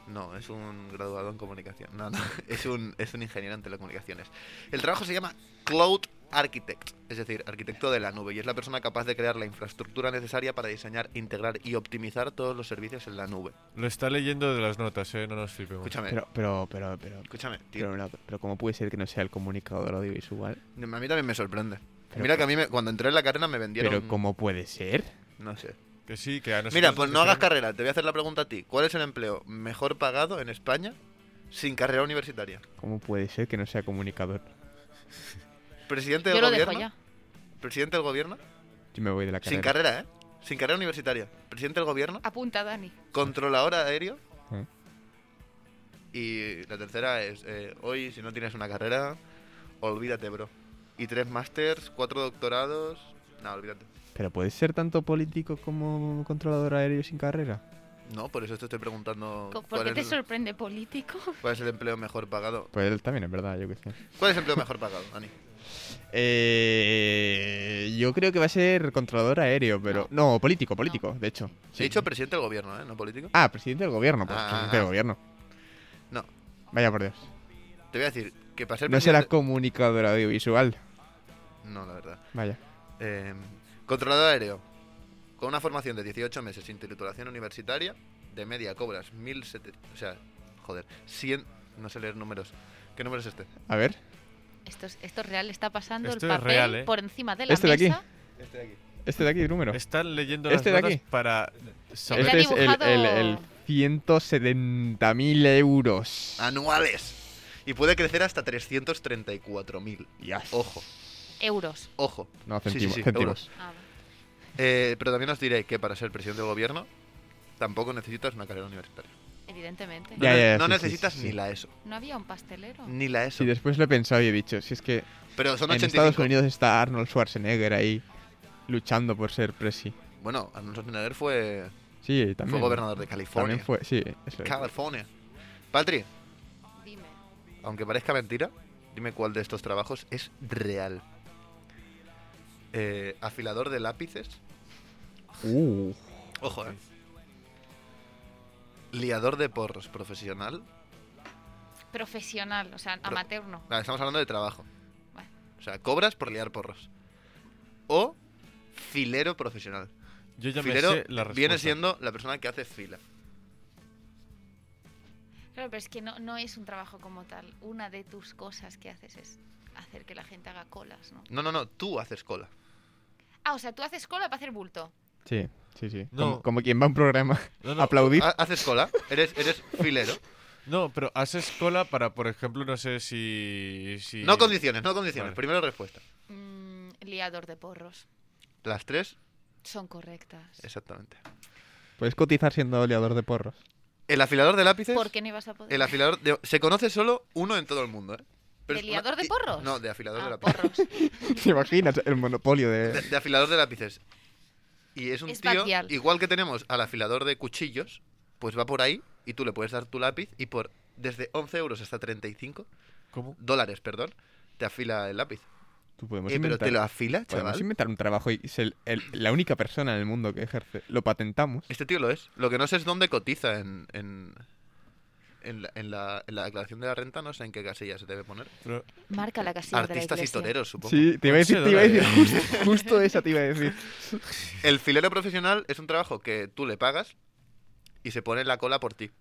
E: No, es un graduado en comunicación. No, *laughs* no, es un, es un ingeniero en telecomunicaciones. El trabajo se llama Cloud Architect, es decir, arquitecto de la nube, y es la persona capaz de crear la infraestructura necesaria para diseñar, integrar y optimizar todos los servicios en la nube.
B: Lo está leyendo de las notas, ¿eh? No nos flipemos.
E: Escúchame,
D: Pero, pero, pero, pero...
E: escúchame, tío.
D: Pero, no, pero ¿cómo puede ser que no sea el comunicador audiovisual?
E: A mí también me sorprende.
D: Pero-
E: Mira que a mí me- cuando entré en la carrera me vendieron...
D: Pero ¿cómo puede ser?
E: No sé.
B: Que sí, que a nosotros
E: Mira, pues
B: nos
E: no hagas
B: dijeron-
E: carrera, te voy a hacer la pregunta a ti. ¿Cuál es el empleo mejor pagado en España sin carrera universitaria?
D: ¿Cómo puede ser que no sea comunicador?
E: Presidente del
C: Yo lo dejo
E: gobierno.
C: ya.
E: Presidente del gobierno.
D: Yo me voy de la carrera.
E: Sin carrera, ¿eh? Sin carrera universitaria. Presidente del gobierno.
C: Apunta, Dani.
E: Controlador aéreo.
D: Mm.
E: Y la tercera es, eh, hoy si no tienes una carrera, olvídate, bro. Y tres másters, cuatro doctorados. No, olvídate.
D: Pero puedes ser tanto político como controlador aéreo sin carrera.
E: No, por eso te estoy preguntando
C: Co- ¿Por
E: Oh, cuál
C: qué te
E: es, el,
C: sorprende político?
E: cuál es el empleo mejor pagado.
D: Pues él también es verdad, yo qué sé.
E: ¿Cuál es el empleo mejor pagado, Dani?
D: Eh, yo creo que va a ser controlador aéreo, pero. No, político, político, de hecho.
E: He dicho presidente del gobierno, ¿eh? No político.
D: Ah, presidente del gobierno, pues
E: Ah.
D: presidente del gobierno.
E: No.
D: Vaya por Dios.
E: Te voy a decir que para ser
D: No será
E: presidente-
D: comunicador audiovisual.
E: No, la verdad.
D: Vaya.
E: Eh, controlador aéreo. Con una formación de 18 meses sin titulación universitaria, de media cobras 1.700... O sea, joder, 100... No sé leer números. ¿Qué número es este?
D: A ver.
C: Esto es, esto es real, está pasando
B: Esto
C: el
B: es
C: papel
B: real, ¿eh?
C: por encima de la
D: Este de aquí.
C: mesa.
E: Este de aquí.
D: Este de aquí, el número.
B: Están leyendo
D: Este de
B: las notas
D: aquí.
B: para saber...
C: Le ha
D: Este es el,
C: dibujado-
D: el, el 170.000 euros.
E: Ah, Anuales. Y puede crecer hasta 334.000.
D: Dios.
E: Ojo,
C: Euros.
E: ojo.
D: No,
E: Sí, sí,
D: centimos.
E: sí,
D: centimos.
C: Ah,
E: Eh, pero también os diré que para ser presidente del gobierno tampoco necesitas una carrera universitaria.
C: evidentemente.
E: No,
D: Ya,
E: ne-
D: ya, ya,
E: no
D: sí, sí,
E: necesitas
D: sí, sí.
E: ni la ESO.
C: ¿No había un pastelero?
E: Ni la ESO.
D: Sí, después lo he pensado y he dicho, si es que
E: Pero son
D: en
E: 85.
D: Estados Unidos está Arnold Schwarzenegger ahí luchando por ser presi.
E: Bueno, Arnold Schwarzenegger fue,
D: Sí, también.
E: fue gobernador de California.
D: También fue, eh, sí, eso es.
E: California. Patri,
C: Dime.
E: aunque parezca mentira, dime cuál de estos trabajos es real. Eh, afilador de lápices.
D: Uh,
E: Ojo, eh. Liador de porros profesional.
C: Profesional, o sea,
E: Pro-
C: amateur no.
E: Nada, estamos hablando de trabajo.
C: Vale.
E: O sea, cobras por liar porros. O filero profesional.
B: Yo ya me
E: filero
B: sé la respuesta.
E: viene siendo la persona que hace fila.
C: Claro, pero es que no, no es un trabajo como tal. Una de tus cosas que haces es hacer que la gente haga colas, ¿no?
E: No, no, no, tú haces cola.
C: Ah, o sea, tú haces cola para hacer bulto.
D: Sí, sí, sí.
B: No.
D: Como, como quien va a un programa
B: No,
D: a
B: no,
D: aplaudir.
E: Ha- Haces cola, eres,
B: *laughs*
E: eres filero.
B: no, pero haces cola para, por ejemplo, no sé si... si-
E: No condiciones, no condiciones.
B: Vale.
E: Primero respuesta.
C: Mm, liador de porros.
E: Las tres,
C: Son correctas.
E: exactamente.
D: Puedes cotizar siendo oleador de porros. *laughs*
E: El afilador de lápices.
C: ¿Por qué no ibas a poder?
E: El afilador de- se conoce solo uno en todo el mundo, ¿eh?
C: ¿De
E: es
C: liador de
E: ti-
C: porros?
E: No, de afilador de
C: Ah,
E: lápices.
C: porros.
D: ¿Te imaginas el monopolio
E: De,
D: de...?
E: de afilador de lápices. Y es un
C: Es
E: tío,
C: batial.
E: igual que tenemos al afilador de cuchillos, pues va por ahí y tú le puedes dar tu lápiz y por desde 11 euros hasta 35
B: ¿Cómo?
E: dólares, perdón, te afila el lápiz.
D: Tú podemos
E: Eh, pero
D: inventar-
E: te lo afila,
D: podemos
E: chaval.
D: inventar un trabajo y ser el- la única persona en el mundo que ejerce. Lo patentamos.
E: Este tío lo es. Lo que no sé es dónde cotiza en, en, en, la, en la- en la declaración de la renta, no sé en qué casilla se debe poner.
B: Pero-
C: Marca la casilla
E: Artistas
C: de la
E: y
C: iglesia.
E: toreros, supongo.
D: Sí, te iba a
E: *laughs*
D: decir, te iba a decir
B: Ocho
D: justo, justo esa te iba a decir.
E: El filero profesional es un trabajo que tú le pagas y se pone en la cola por ti.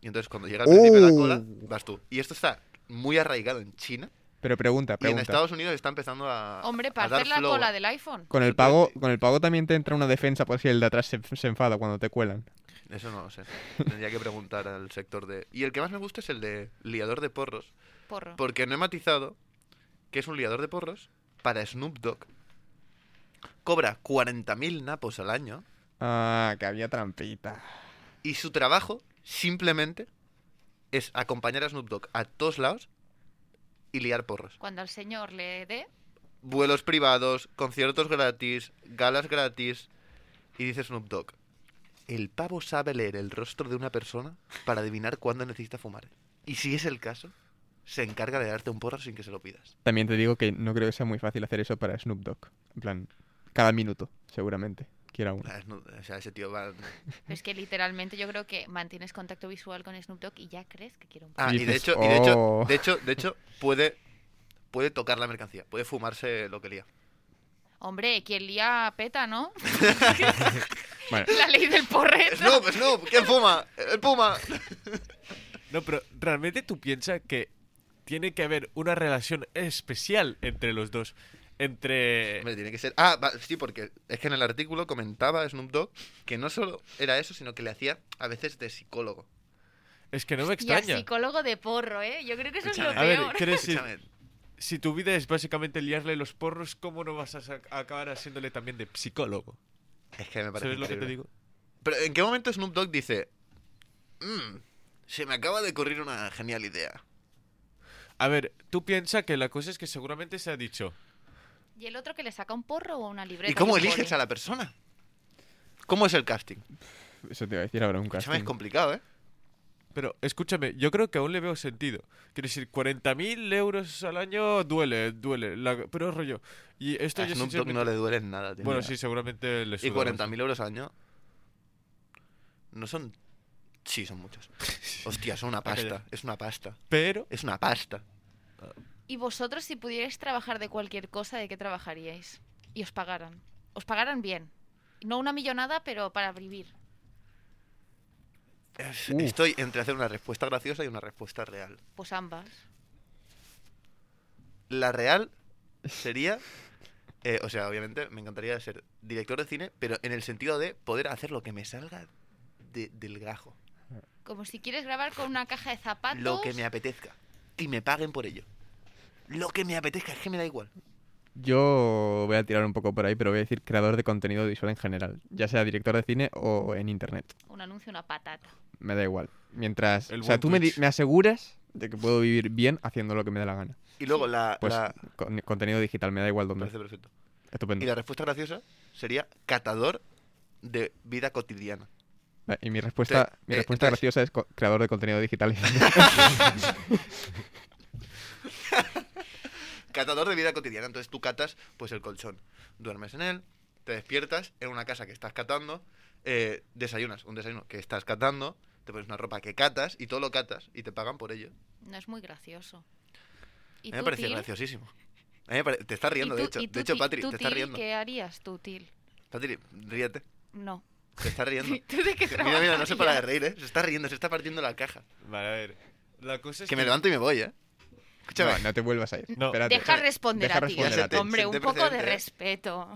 E: Y entonces cuando llega al principio de la cola, vas tú. Y esto está muy arraigado en China
D: Pero pregunta,
E: y en
D: pregunta.
E: Estados Unidos está empezando a
C: Hombre,
E: a
C: para
E: dar
C: hacer la
E: flow.
C: cola del iPhone.
D: Con el pago,
E: eh,
D: con el pago también te entra una defensa por si el de atrás se, se enfada cuando te cuelan.
E: Eso no lo sé. Tendría que preguntar al sector de... Y el que más me gusta es el de liador de porros.
C: Porro.
E: Porque no he matizado que es un liador de porros para Snoop Dogg. Cobra 40.000 napos al año
D: Ah, que había trampita.
E: y su trabajo simplemente es acompañar a Snoop Dogg a todos lados y liar porros.
C: Cuando al señor le dé,
E: Vuelos privados, conciertos gratis, galas gratis. Y dice Snoop Dogg, el pavo sabe leer el rostro de una persona para adivinar cuándo necesita fumar. Y si es el caso, se encarga de darte un porro sin que se lo pidas.
D: También te digo que no creo que sea muy fácil hacer eso para Snoop Dogg. En plan, cada minuto, seguramente. Quiera uno.
E: Ah, Snoop- O sea, ese tío va...
C: es que literalmente yo creo que mantienes contacto visual con Snoop Dogg y ya crees que quiere un porro.
E: Ah, y de
D: Dices,
E: hecho, y de hecho,
D: "Oh".
E: de hecho, de hecho, puede, puede tocar la mercancía, puede fumarse lo que lía.
C: Hombre, quien lía peta,
E: *laughs*
C: ¿no?
D: Bueno,
C: La ley del porrete.
E: Snoop, Snoop, ¿quién fuma? El puma.
B: No, pero realmente tú piensas que tiene que haber una relación especial entre los dos. Entre...
E: Hombre, tiene que ser. Ah, va, sí, porque es que en el artículo comentaba Snoop Dogg que no solo era eso, sino que le hacía a veces de psicólogo.
B: Es que no me
C: Y a
B: extraña.
C: psicólogo de porro, ¿eh? Yo creo que eso es lo
E: Escúchame.
B: A ver,
C: peor.
B: quiero decir,
E: Escúchame,
B: si tu vida es básicamente liarle los porros, ¿cómo no vas a sa- a acabar haciéndole también de psicólogo?
E: Es que me parece.
B: ¿Sabes lo que te
E: increíble.
B: digo?
E: Pero ¿en qué momento Snoop Dogg dice: "Mm, Se me acaba de ocurrir una genial idea?
B: A ver, tú piensas que la cosa es que seguramente se ha dicho.
C: ¿Y el otro que le saca un porro o una libreta?
E: ¿Y cómo
C: que pone?
E: eliges a la persona? ¿Cómo es el casting?
D: eso te iba a decir ahora un
E: Escúchame,
D: casting.
E: es complicado, ¿eh?
B: Pero escúchame, yo creo que aún le veo sentido. Quiero decir, 40.000 euros al año duele, duele. la- pero rollo. Y esto
E: A
B: yo
E: Snoop Dogg no
B: sinceramente-
E: le duele en nada, tío.
B: Bueno, sí, seguramente le
E: Y
B: suda
E: 40.000 euros al año. No son. Sí, son
B: *laughs*
E: muchos. Hostia, son una
B: Aquella.
E: pasta. Es una pasta.
B: más. Pero
E: Es una pasta.
C: ¿Y vosotros si pudierais trabajar de cualquier cosa, de qué trabajaríais? Y os pagaran. Os pagaran bien. No una millonada, pero para vivir.
E: Es-
D: Uf.
E: Estoy entre hacer una respuesta graciosa y una respuesta real.
C: Pues ambas.
E: La real sería. eh, o sea, obviamente me encantaría ser director de cine, pero en el sentido de poder hacer lo que me salga de- del gajo.
C: Como si quieres grabar con una caja de zapatos.
E: Lo que me apetezca. Y me paguen por ello. Lo que me apetezca, es que me da igual.
D: Yo voy a tirar un poco por ahí, pero voy a decir creador de contenido visual en general. Ya sea director de cine o en internet.
C: Un anuncio, una patata.
D: Me da igual. Mientras...
B: El
D: o sea,
B: buen
D: tú me, di-
B: Twitch.
D: me aseguras de que puedo vivir bien haciendo lo que me dé la gana.
E: Y luego la.
D: Pues
E: la-
D: con- contenido digital, me da igual
E: Me
D: dónde.
E: parece perfecto.
D: Estupendo.
E: Y la respuesta graciosa sería catador de vida cotidiana.
D: Vale, Y mi respuesta,
E: Te-
D: mi
E: eh,
D: respuesta
E: entonces-
D: graciosa es co- creador de contenido
E: *laughs*
D: digital.
E: Catador de vida cotidiana. Entonces tú catas pues el colchón. Duermes en él, te despiertas en una casa que estás catando, eh, desayunas un desayuno que estás catando, te pones una ropa que catas y todo lo catas y te pagan por ello.
C: No es muy gracioso.
E: A
C: ¿Y
E: mí me
C: tú,
E: parecía
C: Til?
E: graciosísimo. A mí me pare- Te estás
C: ¿Y
E: riendo, de
C: tú-
E: hecho.
C: y tú,
E: De hecho,
C: Til?
E: Patri,
C: ¿Tú,
E: te estás
C: Til,
E: riendo.
C: ¿Qué harías tú, Til?
E: Patri, ríete.
C: No.
E: Te estás
C: *laughs*
E: riendo.
C: ¿Tú de qué
E: *laughs* Mira, mira, no se para de
C: trabajarías?
E: reír, ¿eh? Se está riendo, se está partiendo la caja.
B: Vale, a ver. La cosa es
E: Que me levanto y me voy, ¿eh? Escúchame.
D: no, no te vuelvas a ir.
B: No.
D: Espérate.
C: Deja responder
D: Deja
C: a ti.
D: responder
E: a ti.
C: Hombre, un
E: Senté
C: poco de
E: precedente, ¿eh?
C: respeto.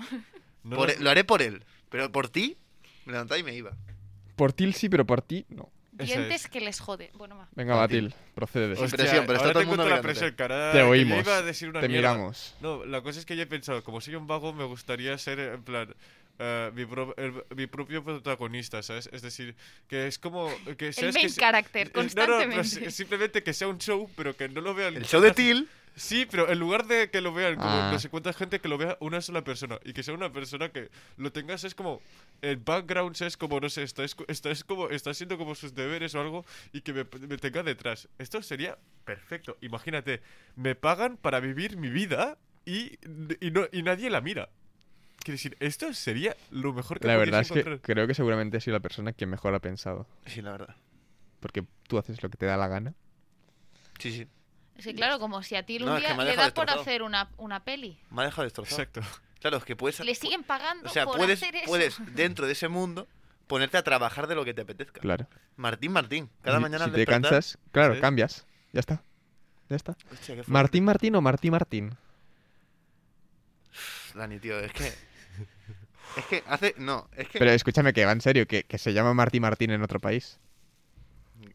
B: No
E: Por
B: lo-
E: él- lo haré por él. Pero por ti, me levantaba y me iba.
D: Por Til sí, pero por ti no.
B: Eso
C: Dientes
B: es.
C: que les jode. Bueno, va.
D: Venga,
E: Por
D: va,
E: ti.
D: Til, procede.
E: Hostia, presión, pero está
B: ahora
E: todo el
B: te
E: mundo
B: cuento la
E: mirándote.
B: presión, cara.
D: Te
B: que yo
D: oímos,
B: iba a decir una
D: te
B: mierda.
D: miramos.
B: No, la cosa es que yo he pensado, como soy un vago, me gustaría ser, en plan, eh, mi, pro- el- mi propio protagonista, ¿sabes? Es decir, que es como... Que seas
C: main
B: que se-
C: character,
B: eh, *laughs* No, no, pero
C: constantemente.
B: si- simplemente que sea un show, pero que no lo vean...
E: El show de
B: casi-
E: Till,
B: Sí, pero en lugar de que lo vean como
D: Ah.
B: no sé cuánta gente, que lo vea una sola persona. Y que sea una persona que lo tengas, es como. El background es como, no sé, está, escu- está, es como, está haciendo como sus deberes o algo y que me, me tenga detrás. Esto sería perfecto. Imagínate, me pagan para vivir mi vida y, y, no, y nadie la mira. Quiero decir, esto sería lo mejor que
D: La
B: podrías
D: verdad es que
B: encontrar.
D: creo que seguramente he sido la persona que mejor ha pensado.
E: Sí, la verdad.
D: Porque tú haces lo que te da la gana.
E: Sí, sí.
C: Sí, claro, como si a ti un
E: No, es que
C: día
E: me ha
C: le
E: dejado
C: da por
E: destrozado.
C: hacer una, una peli.
E: Me ha dejado destrozado.
B: Exacto.
E: Claro, es que puedes.
C: Le siguen pagando
E: O sea,
C: por
E: puedes,
C: hacer eso.
E: puedes,
C: *laughs*
E: dentro de ese mundo, ponerte a trabajar de lo que te apetezca.
D: Claro.
E: Martín, Martín. Cada
D: Si- si
E: mañana al
D: te
E: despertar-
D: cansas, claro,
B: Sí.
D: cambias. Ya está. Ya está.
E: Hostia, qué fuerte.
D: Martín Martín o Martín Martín.
E: Dani, tío, es que. Es que hace. No, es que.
D: Pero escúchame que va en serio, que, que se llama Martín Martín en otro país.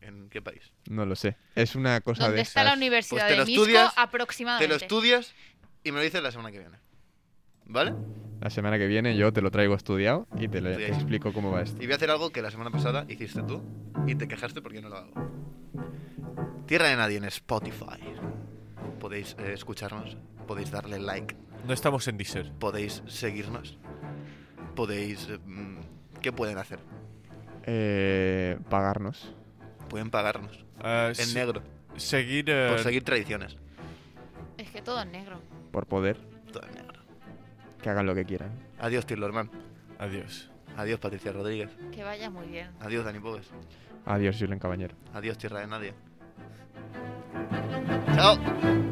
E: ¿En qué país?
D: No lo sé. Es una cosa
C: Donde
D: de
C: está la
D: esas-
C: Universidad
E: Pues te
C: de
E: lo
C: Misco
E: estudias, Te lo
C: aproximadamente.
E: estudias y me lo dices la semana que viene. ¿Vale?
D: La semana que viene yo te lo traigo estudiado y te, le- te
E: Estudiáis.
D: explico cómo va esto.
E: Y voy a hacer algo que la semana pasada hiciste tú y te quejaste porque yo no lo hago. Tierra de Nadie en Spotify. Podéis eh, escucharnos, podéis darle like,
B: No estamos en Deezer.
E: podéis seguirnos, podéis... eh, mm, ¿Qué pueden hacer?
D: Eh, pagarnos.
E: Pueden pagarnos.
B: Ah,
E: En
B: se-
E: negro.
B: seguir, eh,
E: Por seguir tradiciones.
C: Es que todo en negro.
D: Por poder.
E: Todo en negro.
D: Que hagan lo que quieran.
E: Adiós, Tillerman.
B: Adiós.
E: Adiós, Patricia Rodríguez.
C: Que vaya muy bien.
E: Adiós, Dani Pobes.
D: Adiós, Julen Caballero.
E: Adiós, Tierra de Nadie. Chao.